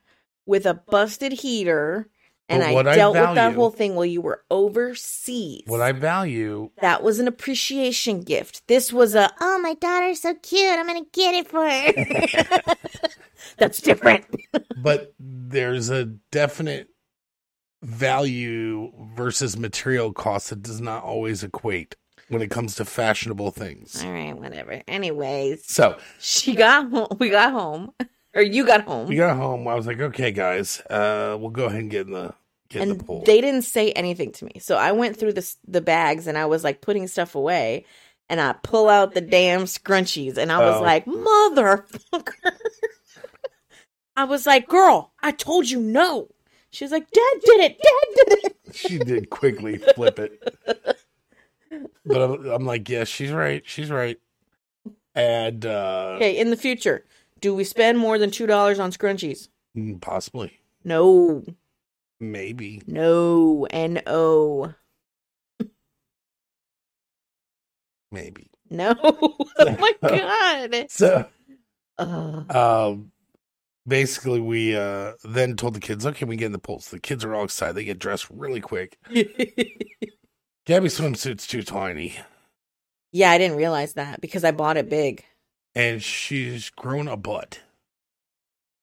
[SPEAKER 2] with a busted heater. And
[SPEAKER 1] But what
[SPEAKER 2] I
[SPEAKER 1] I
[SPEAKER 2] dealt with that
[SPEAKER 1] value-
[SPEAKER 2] whole thing while you were overseas.
[SPEAKER 1] What I value
[SPEAKER 2] that was an appreciation gift. This was a, oh, my daughter's so cute. I'm going to get it for her. That's different.
[SPEAKER 1] but there's a definite value versus material cost that does not always equate when it comes to fashionable things.
[SPEAKER 2] All right, whatever. Anyways,
[SPEAKER 1] So
[SPEAKER 2] she got home. We got home. Or you got home.
[SPEAKER 1] we got home. I was like, okay, guys, uh, we'll go ahead and get in the get in
[SPEAKER 2] and
[SPEAKER 1] the pool.
[SPEAKER 2] they didn't say anything to me. So I went through the the bags and I was like putting stuff away, and I pull out the damn scrunchies, and I was
[SPEAKER 1] Oh.
[SPEAKER 2] like, "Motherfucker!" I was like, "Girl, I told you no." She was like, "Dad did it. Dad did it."
[SPEAKER 1] she did quickly flip it, but I'm, I'm like, yeah, she's right. She's right. And uh,
[SPEAKER 2] Okay, in the future, do we spend more than two dollars on scrunchies?
[SPEAKER 1] mm, possibly,
[SPEAKER 2] No,
[SPEAKER 1] maybe.
[SPEAKER 2] no, and no,
[SPEAKER 1] Maybe.
[SPEAKER 2] no. oh my god.
[SPEAKER 1] So
[SPEAKER 2] Ugh.
[SPEAKER 1] um basically we uh then told the kids okay we get in the pools the kids are all excited they get dressed really quick gabby's swimsuit's too tiny
[SPEAKER 2] yeah, I didn't realize that because I bought it big.
[SPEAKER 1] and she's grown a butt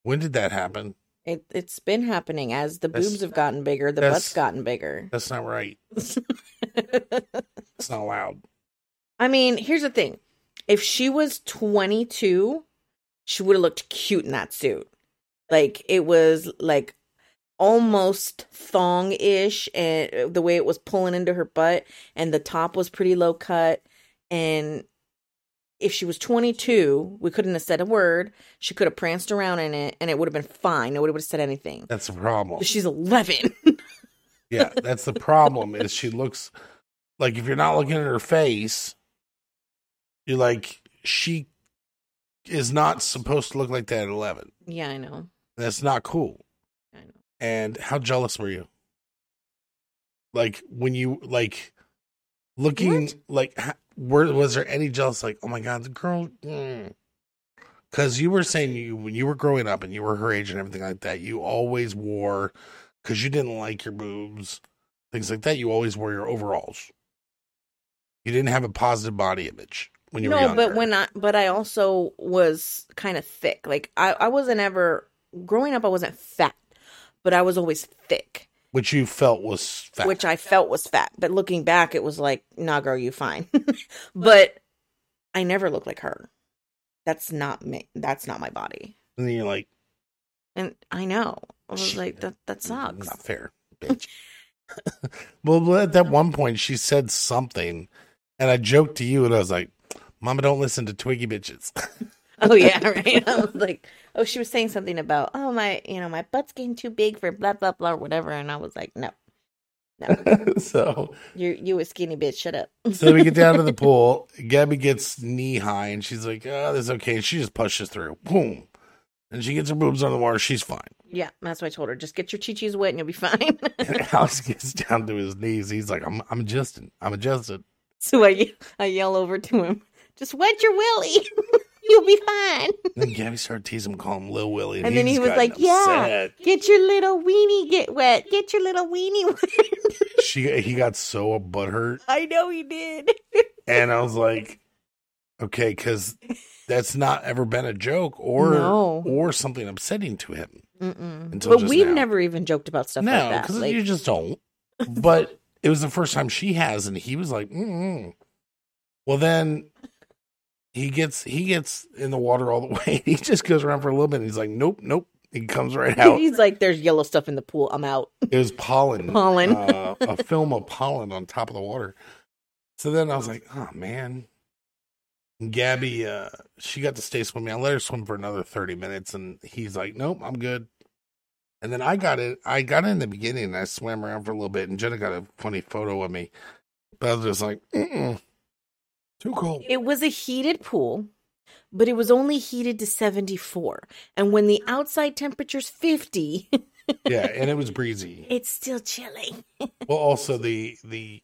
[SPEAKER 1] when did that happen
[SPEAKER 2] It it's been happening as the
[SPEAKER 1] That's-
[SPEAKER 2] boobs have gotten bigger, the
[SPEAKER 1] that's-
[SPEAKER 2] butt's gotten bigger.
[SPEAKER 1] that's not right it's not allowed
[SPEAKER 2] I mean, here's the thing. If she was 22, she would have looked cute in that suit. Like it was like almost thong-ish and uh, the way it was pulling into her butt and the top was pretty low cut and if she was 22, we couldn't have said a word. She could have pranced around in it and it would have been fine. Nobody would have said anything.
[SPEAKER 1] that's the problem
[SPEAKER 2] But she's 11.
[SPEAKER 1] yeah that's the problem is she looks like if you're not looking at her face you're like she is not supposed to look like that at 11
[SPEAKER 2] yeah, I know.
[SPEAKER 1] that's not cool
[SPEAKER 2] I know.
[SPEAKER 1] and how jealous were you like when you like looking
[SPEAKER 2] What?
[SPEAKER 1] like h- were was there any jealous like oh my god the girl because you were saying you when you were growing up and you were her age and everything like that you always wore because you didn't like your boobs things like that you always wore your overalls you didn't have a positive body image when you
[SPEAKER 2] no,
[SPEAKER 1] were younger
[SPEAKER 2] but when I but I also was kind of thick. Like I I wasn't ever growing up. I wasn't fat, but I was always thick,
[SPEAKER 1] which you felt was fat
[SPEAKER 2] which I felt was fat. But looking back, it was like, nah, girl, you fine. but I never looked like her. That's not me. That's not my body.
[SPEAKER 1] and then you're like
[SPEAKER 2] And I know. I was
[SPEAKER 1] Shit.
[SPEAKER 2] like, that that sucks.
[SPEAKER 1] Not fair, bitch. well, but at that one point, she said something, and I joked to you, and I was like, "Mama, don't listen to Twiggy bitches."
[SPEAKER 2] Oh yeah, right. I was like, oh, she was saying something about, oh my, you know, my butt's getting too big for blah blah blah or whatever, and I was like, no, no,
[SPEAKER 1] so,
[SPEAKER 2] you you a skinny bitch. Shut up.
[SPEAKER 1] so we get down to the pool. Gabby gets knee high, and she's like, "Oh, this is okay." She just pushes through. Boom. And she gets her boobs on the water. She's fine.
[SPEAKER 2] Yeah, that's what I told her. Just get your chi-chis wet and you'll be fine.
[SPEAKER 1] And Alex gets down to his knees. He's like, "I'm, I'm adjusting. I'm adjusting."
[SPEAKER 2] so I, ye- I yell over to him, just wet your willy. you'll be fine.
[SPEAKER 1] And then Gabby started teasing him, calling him Lil Willie,
[SPEAKER 2] And then he
[SPEAKER 1] just
[SPEAKER 2] was
[SPEAKER 1] got
[SPEAKER 2] like, "Yeah."
[SPEAKER 1] upset.
[SPEAKER 2] Get your little weenie get wet. Get your little weenie wet.
[SPEAKER 1] She, he got so butthurt.
[SPEAKER 2] I know he did.
[SPEAKER 1] and I was like, okay, because that's not ever been a joke or
[SPEAKER 2] No.
[SPEAKER 1] or something upsetting to him.
[SPEAKER 2] Mm-mm.
[SPEAKER 1] Until
[SPEAKER 2] But
[SPEAKER 1] just
[SPEAKER 2] we've
[SPEAKER 1] now.
[SPEAKER 2] never even joked about stuff
[SPEAKER 1] no,
[SPEAKER 2] like that.
[SPEAKER 1] because
[SPEAKER 2] Like,
[SPEAKER 1] you just don't. But it was the first time she has, and he was like, mm well, then he gets he gets in the water all the way. He just goes around for a little bit. and he's like, nope, nope. He comes right out.
[SPEAKER 2] he's like, there's yellow stuff in the pool. I'm out.
[SPEAKER 1] It was pollen.
[SPEAKER 2] Pollen.
[SPEAKER 1] uh, a film of pollen on top of the water. So then I was like, oh man. Gabby, uh, she got to stay swimming. I let her swim for another 30 minutes and he's like, Nope, I'm good. And then I got it. I got in the beginning and I swam around for a little bit and Jenna got a funny photo of me. But I was just like, Mm-mm, too cold.
[SPEAKER 2] It was a heated pool, but it was only heated to 74. And when the outside temperature's 50,
[SPEAKER 1] Yeah, and it was breezy.
[SPEAKER 2] it's still chilly.
[SPEAKER 1] Well also the the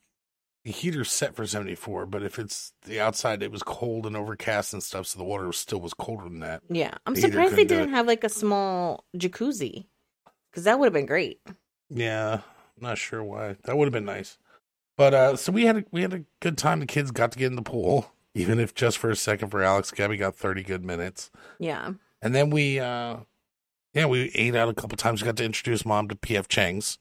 [SPEAKER 1] the heater's set for 74, but if it's the outside, it was cold and overcast and stuff, so the water was, still was colder than that.
[SPEAKER 2] Yeah, I'm
[SPEAKER 1] They either
[SPEAKER 2] surprised they
[SPEAKER 1] couldn't do
[SPEAKER 2] didn't
[SPEAKER 1] it.
[SPEAKER 2] have like a small jacuzzi because that would have been great.
[SPEAKER 1] Yeah, not sure why. That would have been nice. But uh so we had a, we had a good time. The kids got to get in the pool, even if just for a second. For Alex, Gabby got 30 good minutes,
[SPEAKER 2] Yeah.
[SPEAKER 1] and then we uh yeah we ate out a couple times. Got to introduce mom to PF Chang's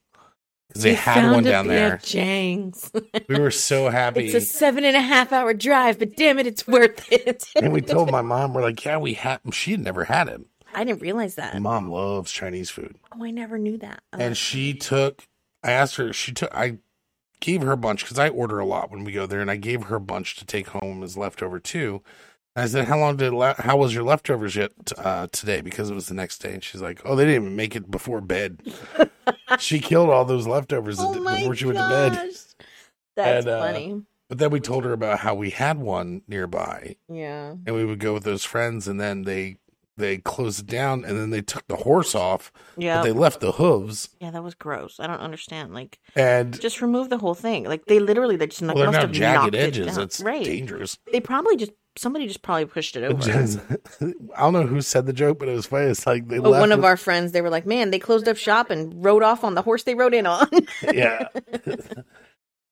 [SPEAKER 1] because they
[SPEAKER 2] We
[SPEAKER 1] had
[SPEAKER 2] found
[SPEAKER 1] one
[SPEAKER 2] a
[SPEAKER 1] down there.
[SPEAKER 2] P.F. Chang's.
[SPEAKER 1] We were so happy.
[SPEAKER 2] it's a seven and a half hour drive, but damn it, it's worth it.
[SPEAKER 1] and we told my mom, we're like, yeah, we had. She had never had it.
[SPEAKER 2] I didn't realize that.
[SPEAKER 1] And mom loves Chinese food.
[SPEAKER 2] Oh, I never knew that. Oh.
[SPEAKER 1] and she took i asked her she took i gave her a bunch because i order a lot when we go there and i gave her a bunch to take home as leftover too and i said how long did it la- how was your leftovers yet uh, today because it was the next day and she's like oh they didn't even make it before bed she killed all those leftovers
[SPEAKER 2] Oh
[SPEAKER 1] the-
[SPEAKER 2] my
[SPEAKER 1] before she went to bed
[SPEAKER 2] gosh.
[SPEAKER 1] And,
[SPEAKER 2] That's
[SPEAKER 1] uh,
[SPEAKER 2] funny.
[SPEAKER 1] but then we told her about how we had one nearby
[SPEAKER 2] Yeah.
[SPEAKER 1] and we would go with those friends and then they they closed it down and then they took the horse off
[SPEAKER 2] Yeah.
[SPEAKER 1] but they left the hooves
[SPEAKER 2] yeah, that was gross. I don't understand. Like,
[SPEAKER 1] and
[SPEAKER 2] just remove the whole thing. Like, they literally, they just
[SPEAKER 1] well,
[SPEAKER 2] must
[SPEAKER 1] they're not
[SPEAKER 2] have knocked
[SPEAKER 1] jagged
[SPEAKER 2] it
[SPEAKER 1] edges.
[SPEAKER 2] down.
[SPEAKER 1] It's
[SPEAKER 2] right.
[SPEAKER 1] dangerous.
[SPEAKER 2] They probably just somebody just probably pushed it over.
[SPEAKER 1] I don't know who said the joke, but it was funny. It's like they
[SPEAKER 2] But
[SPEAKER 1] left
[SPEAKER 2] Oh, one of
[SPEAKER 1] with-
[SPEAKER 2] our friends, they were like, "Man, they closed up shop and rode off on the horse they rode in on."
[SPEAKER 1] yeah.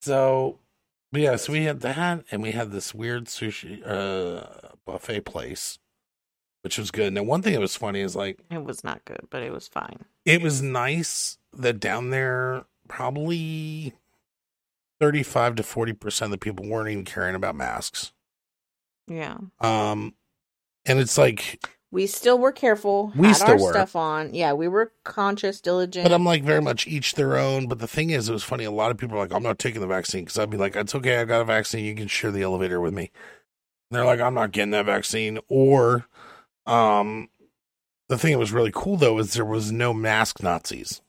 [SPEAKER 1] so, but yeah, so we had that, and we had this weird sushi uh, buffet place, which was good. Now, one thing that was funny is like
[SPEAKER 2] it was not good, but it was fine.
[SPEAKER 1] it was nice that down there probably thirty-five to forty percent of the people weren't even caring about masks.
[SPEAKER 2] Yeah,
[SPEAKER 1] Um, and it's like
[SPEAKER 2] we still were careful.
[SPEAKER 1] We
[SPEAKER 2] had
[SPEAKER 1] still
[SPEAKER 2] our
[SPEAKER 1] were.
[SPEAKER 2] stuff on. Yeah, we were conscious, diligent.
[SPEAKER 1] But I'm like very much each their own. But the thing is, it was funny. A lot of people are like, I'm not taking the vaccine because I'd be like, it's okay. I got a vaccine. You can share the elevator with me. And they're like, I'm not getting that vaccine. Or, um, the thing that was really cool though is there was no mask Nazis.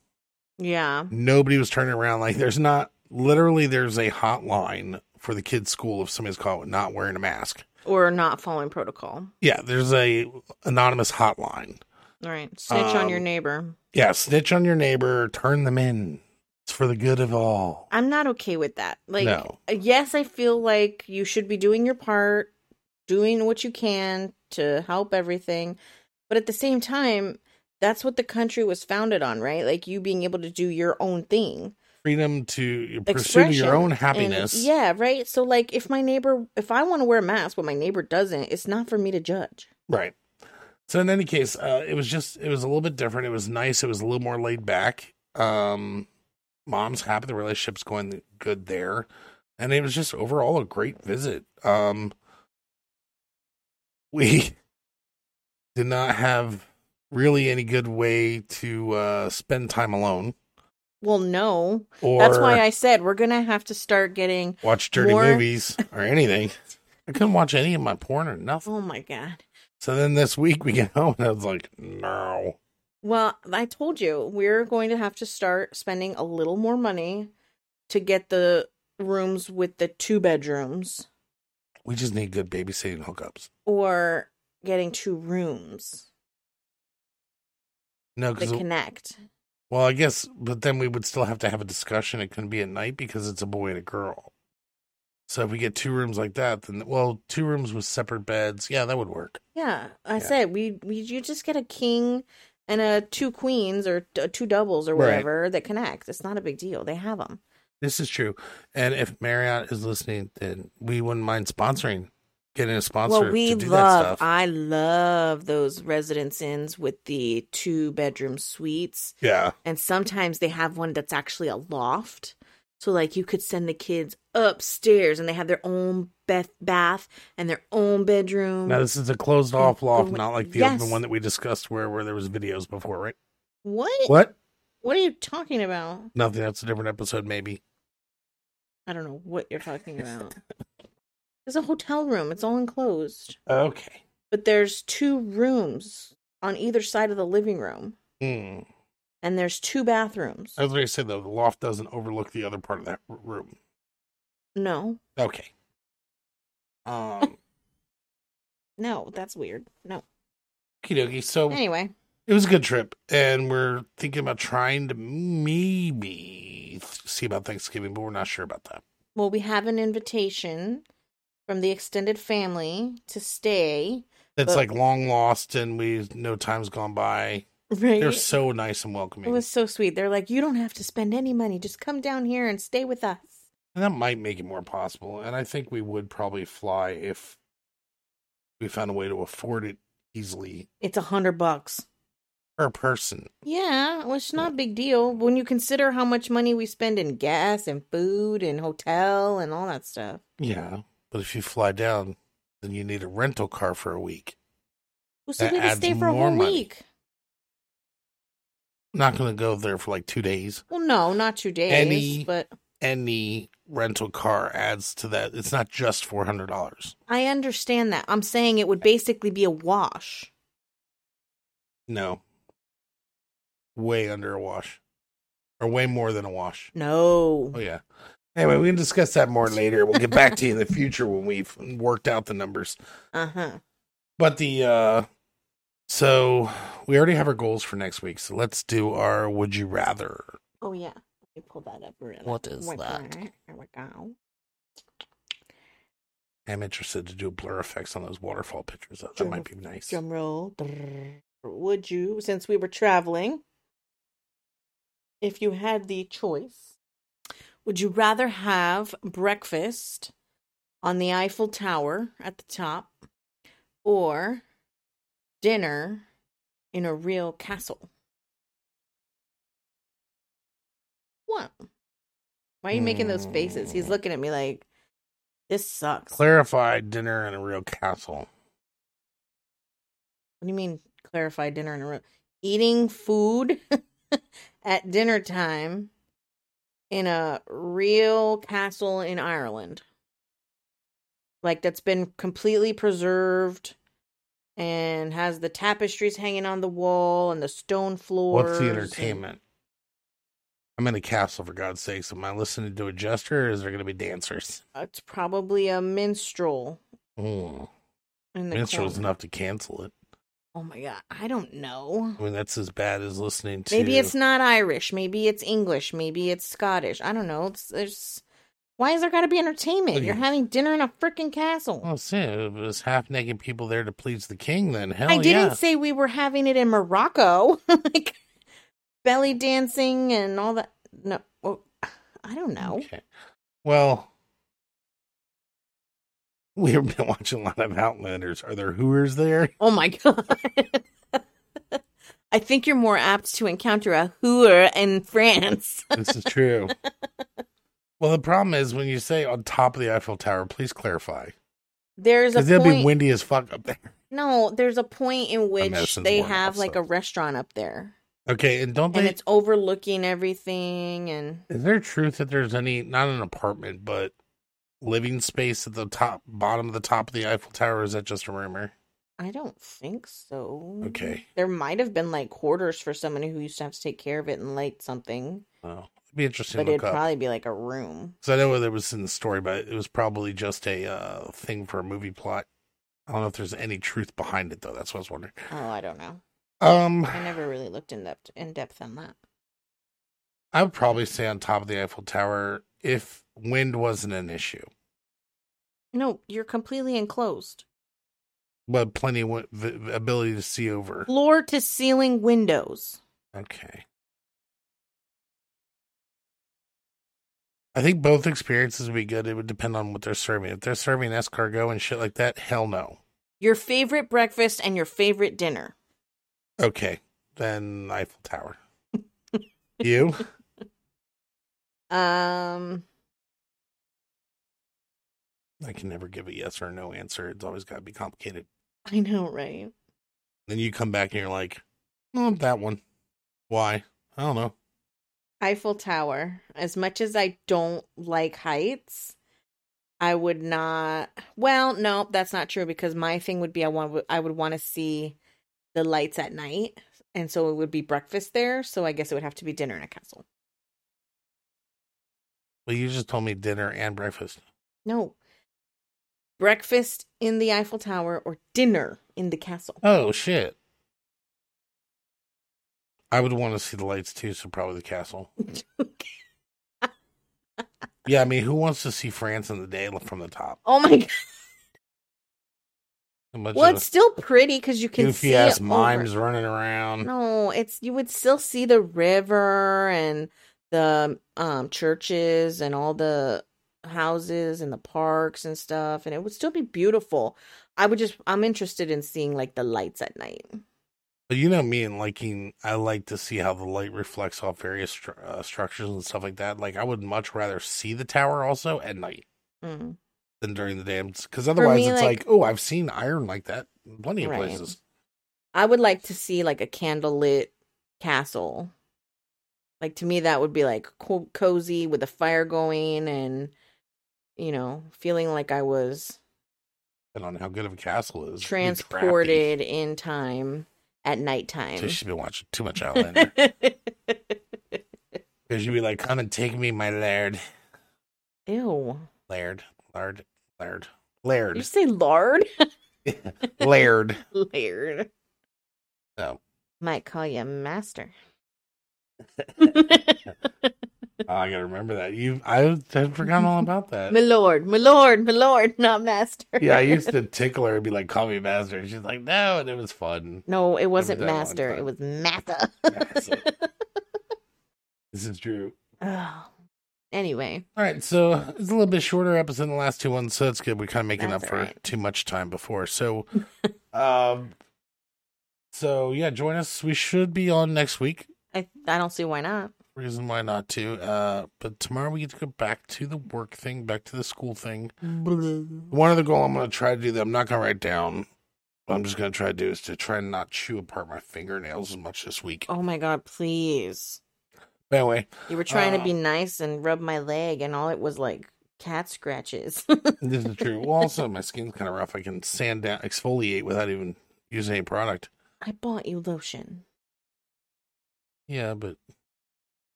[SPEAKER 2] yeah,
[SPEAKER 1] Nobody was turning around. Like there's not literally there's a hotline for the kids' school if somebody's caught with not wearing a mask.
[SPEAKER 2] or not following protocol.
[SPEAKER 1] Yeah, there's a anonymous hotline.
[SPEAKER 2] All right, snitch on your
[SPEAKER 1] Um,
[SPEAKER 2] neighbor.
[SPEAKER 1] Yeah, snitch on your neighbor. Turn them in. It's for the good of all.
[SPEAKER 2] I'm not okay with that. Like,
[SPEAKER 1] No.
[SPEAKER 2] yes, I feel like you should be doing your part, doing what you can to help everything. But at the same time, that's what the country was founded on, right? Like you being able to do your own thing.
[SPEAKER 1] freedom to pursue
[SPEAKER 2] Expression
[SPEAKER 1] your own
[SPEAKER 2] and-
[SPEAKER 1] happiness.
[SPEAKER 2] yeah, right. So like if my neighbor if I want to wear a mask but my neighbor doesn't, it's not for me to judge.
[SPEAKER 1] Right. So in any case, uh, it was just it was a little bit different. It was nice. It was a little more laid back. Um, mom's happy. The relationship's going good there, and it was just overall a great visit. Um, we did not have really any good way to uh, spend time alone
[SPEAKER 2] Well, no.
[SPEAKER 1] or
[SPEAKER 2] That's why I said we're going to have to start getting
[SPEAKER 1] watch dirty
[SPEAKER 2] more-
[SPEAKER 1] movies or anything. I couldn't watch any of my porn or nothing.
[SPEAKER 2] Oh my god.
[SPEAKER 1] So then this week we get home and I was like, no.
[SPEAKER 2] Well, I told you we're going to have to start spending a little more money to get the rooms with the two bedrooms
[SPEAKER 1] We just need good babysitting hookups.
[SPEAKER 2] or getting two rooms
[SPEAKER 1] No,
[SPEAKER 2] that
[SPEAKER 1] because,
[SPEAKER 2] connect.
[SPEAKER 1] well, I guess, but then we would still have to have a discussion. It couldn't be at night because it's a boy and a girl. So if we get two rooms like that, then, well, two rooms with separate beds. Yeah, that would work.
[SPEAKER 2] Yeah, I
[SPEAKER 1] Yeah.
[SPEAKER 2] said we we you just get a king and a two queens or t- two doubles or
[SPEAKER 1] Right.
[SPEAKER 2] whatever that connect. It's not a big deal. They have them.
[SPEAKER 1] This is true. And if Marriott is listening, then we wouldn't mind sponsoring, getting a sponsor
[SPEAKER 2] well, we
[SPEAKER 1] to do that
[SPEAKER 2] love uh,
[SPEAKER 1] stuff.
[SPEAKER 2] I love those residence inns with the two bedroom suites.
[SPEAKER 1] yeah.
[SPEAKER 2] and sometimes they have one that's actually a loft so like you could send the kids upstairs and they have their own bath bath and their own bedroom
[SPEAKER 1] Now, this is a closed off loft, not like the
[SPEAKER 2] Oh, Yes.
[SPEAKER 1] open one that we discussed where, where there was videos before, right?
[SPEAKER 2] what? what
[SPEAKER 1] What?
[SPEAKER 2] are you talking about
[SPEAKER 1] Nothing. That's a different episode, maybe.
[SPEAKER 2] i don't know what you're talking about it's a hotel room it's all enclosed
[SPEAKER 1] Okay.
[SPEAKER 2] but there's two rooms on either side of the living room
[SPEAKER 1] Hmm.
[SPEAKER 2] and there's two bathrooms
[SPEAKER 1] As I said, though, the loft doesn't overlook the other part of that r- room.
[SPEAKER 2] no
[SPEAKER 1] Okay. Um.
[SPEAKER 2] no that's weird no
[SPEAKER 1] Okie dokie. So
[SPEAKER 2] anyway
[SPEAKER 1] it was a good trip, and we're thinking about trying to maybe see about Thanksgiving, but we're not sure about that.
[SPEAKER 2] Well, we have an invitation from the extended family to stay.
[SPEAKER 1] It's
[SPEAKER 2] But-
[SPEAKER 1] like long lost, and we no time's gone by.
[SPEAKER 2] Right.
[SPEAKER 1] They're so nice and welcoming,
[SPEAKER 2] It was so sweet. They're like, you don't have to spend any money. Just come down here and stay with us.
[SPEAKER 1] and that might make it more possible. And I think we would probably fly if we found a way to afford it easily
[SPEAKER 2] It's a hundred bucks.
[SPEAKER 1] per person.
[SPEAKER 2] Yeah, well, it's not a big deal when you consider how much money we spend in gas and food and hotel and all that stuff.
[SPEAKER 1] Yeah, but if you fly down, then you need a rental car for a week.
[SPEAKER 2] Well, so
[SPEAKER 1] That
[SPEAKER 2] we could
[SPEAKER 1] adds
[SPEAKER 2] stay for a
[SPEAKER 1] more
[SPEAKER 2] whole
[SPEAKER 1] money.
[SPEAKER 2] week.
[SPEAKER 1] I'm not going to go there for like two days.
[SPEAKER 2] Well, no, not two days,
[SPEAKER 1] Any-
[SPEAKER 2] but
[SPEAKER 1] Any rental car adds to that. It's not just four hundred dollars.
[SPEAKER 2] I understand that. I'm saying it would basically be a wash.
[SPEAKER 1] No. Way under a wash. Or way more than a wash.
[SPEAKER 2] No.
[SPEAKER 1] Oh yeah. Anyway, we can discuss that more later. We'll get back to you in the future when we've worked out the numbers.
[SPEAKER 2] Uh huh.
[SPEAKER 1] But the uh so we already have our goals for next week, so let's do our would you rather.
[SPEAKER 2] Oh yeah. Let me pull that up. Really.
[SPEAKER 1] What is
[SPEAKER 2] Wait,
[SPEAKER 1] that?
[SPEAKER 2] alright, There we go.
[SPEAKER 1] I'm interested to do blur effects on those waterfall pictures. That, that might be nice.
[SPEAKER 2] Drum roll. Drrrr. Would you, since we were traveling, if you had the choice, would you rather have breakfast on the Eiffel Tower at the top or dinner in a real castle? What? Why are you making those faces? He's
[SPEAKER 1] Mm.
[SPEAKER 2] looking at me like, this sucks.
[SPEAKER 1] Clarify dinner in a real castle.
[SPEAKER 2] What do you mean clarify dinner in a room? Eating food at dinner time in a real castle in Ireland. Like that's been completely preserved and has the tapestries hanging on the wall and the stone floors.
[SPEAKER 1] What's the
[SPEAKER 2] and-
[SPEAKER 1] entertainment? I'm in a castle for God's sakes. Am I listening to a jester or is there gonna be dancers?
[SPEAKER 2] It's probably a minstrel
[SPEAKER 1] Mm.
[SPEAKER 2] in the
[SPEAKER 1] Minstrel's
[SPEAKER 2] corner.
[SPEAKER 1] enough to cancel it.
[SPEAKER 2] Oh my god, I don't know.
[SPEAKER 1] I mean, that's as bad as listening to.
[SPEAKER 2] Maybe it's not Irish. Maybe it's English. Maybe it's Scottish. I don't know. It's, there's why is there got to be entertainment?
[SPEAKER 1] Okay.
[SPEAKER 2] You're having dinner in a freaking castle.
[SPEAKER 1] Well, see, if there's half naked people there to please the king, then hell
[SPEAKER 2] I didn't
[SPEAKER 1] yeah.
[SPEAKER 2] say we were having it in Morocco, like belly dancing and all that. No, well, I don't know.
[SPEAKER 1] Okay. Well, we've been watching a lot of Outlanders. Are there hooers there?
[SPEAKER 2] Oh my god. I think you're more apt to encounter a hooer in France.
[SPEAKER 1] This is true. well, the problem is when you say on top of the Eiffel Tower, please clarify.
[SPEAKER 2] There's a
[SPEAKER 1] Because it'll be
[SPEAKER 2] point.
[SPEAKER 1] windy as fuck up there.
[SPEAKER 2] no, there's a point in which
[SPEAKER 1] medicine's
[SPEAKER 2] they
[SPEAKER 1] worn off,
[SPEAKER 2] have like
[SPEAKER 1] so-
[SPEAKER 2] a restaurant up there.
[SPEAKER 1] Okay, and don't
[SPEAKER 2] and
[SPEAKER 1] they.
[SPEAKER 2] it's overlooking everything and
[SPEAKER 1] Is there truth that there's any, not an apartment, but living space at the top, bottom of the top of the Eiffel Tower? or Is that just a rumor?
[SPEAKER 2] i don't think so
[SPEAKER 1] Okay.
[SPEAKER 2] there might have been like quarters for somebody who used to have to take care of it and light something
[SPEAKER 1] Oh, it'd be interesting
[SPEAKER 2] but
[SPEAKER 1] to
[SPEAKER 2] it'd
[SPEAKER 1] look up.
[SPEAKER 2] probably be like a room
[SPEAKER 1] Because I know where there was in the story, but it was probably just a uh, thing for a movie plot. I don't know if there's any truth behind it, though. That's what I was wondering.
[SPEAKER 2] oh i don't know
[SPEAKER 1] Um,
[SPEAKER 2] i never really looked in depth in depth on that
[SPEAKER 1] I would probably say on top of the Eiffel Tower if wind wasn't an issue,
[SPEAKER 2] no you're completely enclosed
[SPEAKER 1] but plenty of wi- v- v- ability to see over.
[SPEAKER 2] floor to ceiling windows
[SPEAKER 1] Okay. I think both experiences would be good. It would depend on what they're serving. If they're serving escargot and shit like that, hell no.
[SPEAKER 2] your favorite breakfast and your favorite dinner
[SPEAKER 1] Okay, then Eiffel Tower. you?
[SPEAKER 2] um
[SPEAKER 1] I can never give a yes or no answer. It's always got to be complicated.
[SPEAKER 2] i know right
[SPEAKER 1] Then you come back and you're like, oh, that one. Why? I don't know.
[SPEAKER 2] Eiffel Tower. As much as I don't like heights, I would not. Well, no, that's not true because my thing would be I want I would want to see the lights at night, and so it would be breakfast there. So I guess it would have to be dinner in a castle.
[SPEAKER 1] Well, you just told me dinner and breakfast.
[SPEAKER 2] No, breakfast in the Eiffel Tower or dinner in the castle.
[SPEAKER 1] Oh, shit. I would want to see the lights too, so probably the castle. Yeah, I mean, who wants to see France in the day from the top?
[SPEAKER 2] Oh my god.
[SPEAKER 1] A bunch
[SPEAKER 2] Well,
[SPEAKER 1] of
[SPEAKER 2] it's still pretty because you can see
[SPEAKER 1] goofy ass
[SPEAKER 2] it
[SPEAKER 1] mimes
[SPEAKER 2] over-
[SPEAKER 1] running around.
[SPEAKER 2] No, it's you would still see the river and the um churches and all the houses and the parks and stuff, and it would still be beautiful. I would just I'm interested in seeing like the lights at night.
[SPEAKER 1] But you know me and liking, I like to see how the light reflects off various stru- uh, structures and stuff like that. Like, I would much rather see the tower also at night
[SPEAKER 2] Mm.
[SPEAKER 1] than during the day, because otherwise
[SPEAKER 2] me,
[SPEAKER 1] it's like,
[SPEAKER 2] like-
[SPEAKER 1] oh, I've seen iron like that in plenty of
[SPEAKER 2] Right.
[SPEAKER 1] places.
[SPEAKER 2] I would like to see like a candlelit castle. Like to me, that would be like co- cozy with a fire going and you know feeling like I was
[SPEAKER 1] And on how good of a castle it is, it'd be crappy.
[SPEAKER 2] transported in time at nighttime.
[SPEAKER 1] So she's been watching too much Outlander. Because she'd be like, "Come and take me, my laird,
[SPEAKER 2] Ew.
[SPEAKER 1] laird, laird, laird,
[SPEAKER 2] Did you
[SPEAKER 1] laird,
[SPEAKER 2] say lard?
[SPEAKER 1] laird."
[SPEAKER 2] Laird.
[SPEAKER 1] No.
[SPEAKER 2] Might call you master.
[SPEAKER 1] Oh, I gotta remember that. You, I had forgotten all about that.
[SPEAKER 2] my lord, my lord, my lord, not master.
[SPEAKER 1] yeah, I used to tickle her and be like, "Call me master." And she's like, "No," and it was fun.
[SPEAKER 2] No, it wasn't
[SPEAKER 1] that one
[SPEAKER 2] master.
[SPEAKER 1] time.
[SPEAKER 2] It was matha.
[SPEAKER 1] Matha. This is true.
[SPEAKER 2] Ugh. anyway,
[SPEAKER 1] All right, so it's a little bit shorter episode than the last two ones, so that's good. We're kind of making
[SPEAKER 2] That's
[SPEAKER 1] up for
[SPEAKER 2] alright.
[SPEAKER 1] too much time before. So, um, so yeah, join us. We should be on next week.
[SPEAKER 2] I I don't see why not.
[SPEAKER 1] Reason why not to. Uh, but tomorrow we get to go back to the work thing, back to the school thing.
[SPEAKER 2] Oh
[SPEAKER 1] One other goal I'm going to try to do that I'm not going to write down. What I'm just going to try to do is to try and not chew apart my fingernails as much this week.
[SPEAKER 2] Oh my god, please.
[SPEAKER 1] But anyway,
[SPEAKER 2] You were trying to be
[SPEAKER 1] Uh.
[SPEAKER 2] nice and rub my leg and all it was like cat scratches.
[SPEAKER 1] this is true. Well, also my skin's kind of rough. I can sand down, exfoliate without even using any product.
[SPEAKER 2] I bought you lotion.
[SPEAKER 1] Yeah, but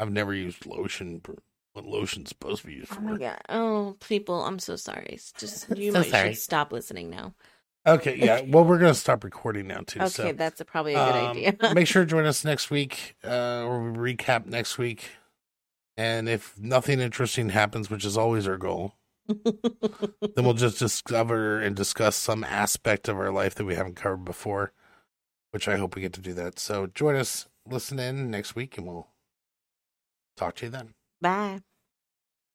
[SPEAKER 1] I've never used lotion. for- What lotion's supposed to be used
[SPEAKER 2] Oh
[SPEAKER 1] for?
[SPEAKER 2] my god. Oh, people, I'm so sorry. It's Just you
[SPEAKER 1] So
[SPEAKER 2] might
[SPEAKER 1] sorry.
[SPEAKER 2] should stop listening now.
[SPEAKER 1] Okay, yeah. Well, we're going to stop recording now too.
[SPEAKER 2] Okay,
[SPEAKER 1] so.
[SPEAKER 2] that's a, probably a good
[SPEAKER 1] Um,
[SPEAKER 2] idea.
[SPEAKER 1] make sure to join us next week, uh, or we recap next week. And if nothing interesting happens, which is always our goal, then we'll just discover and discuss some aspect of our life that we haven't covered before, which I hope we get to do that. So join us, listen in next week, and we'll talk to you then.
[SPEAKER 2] Bye.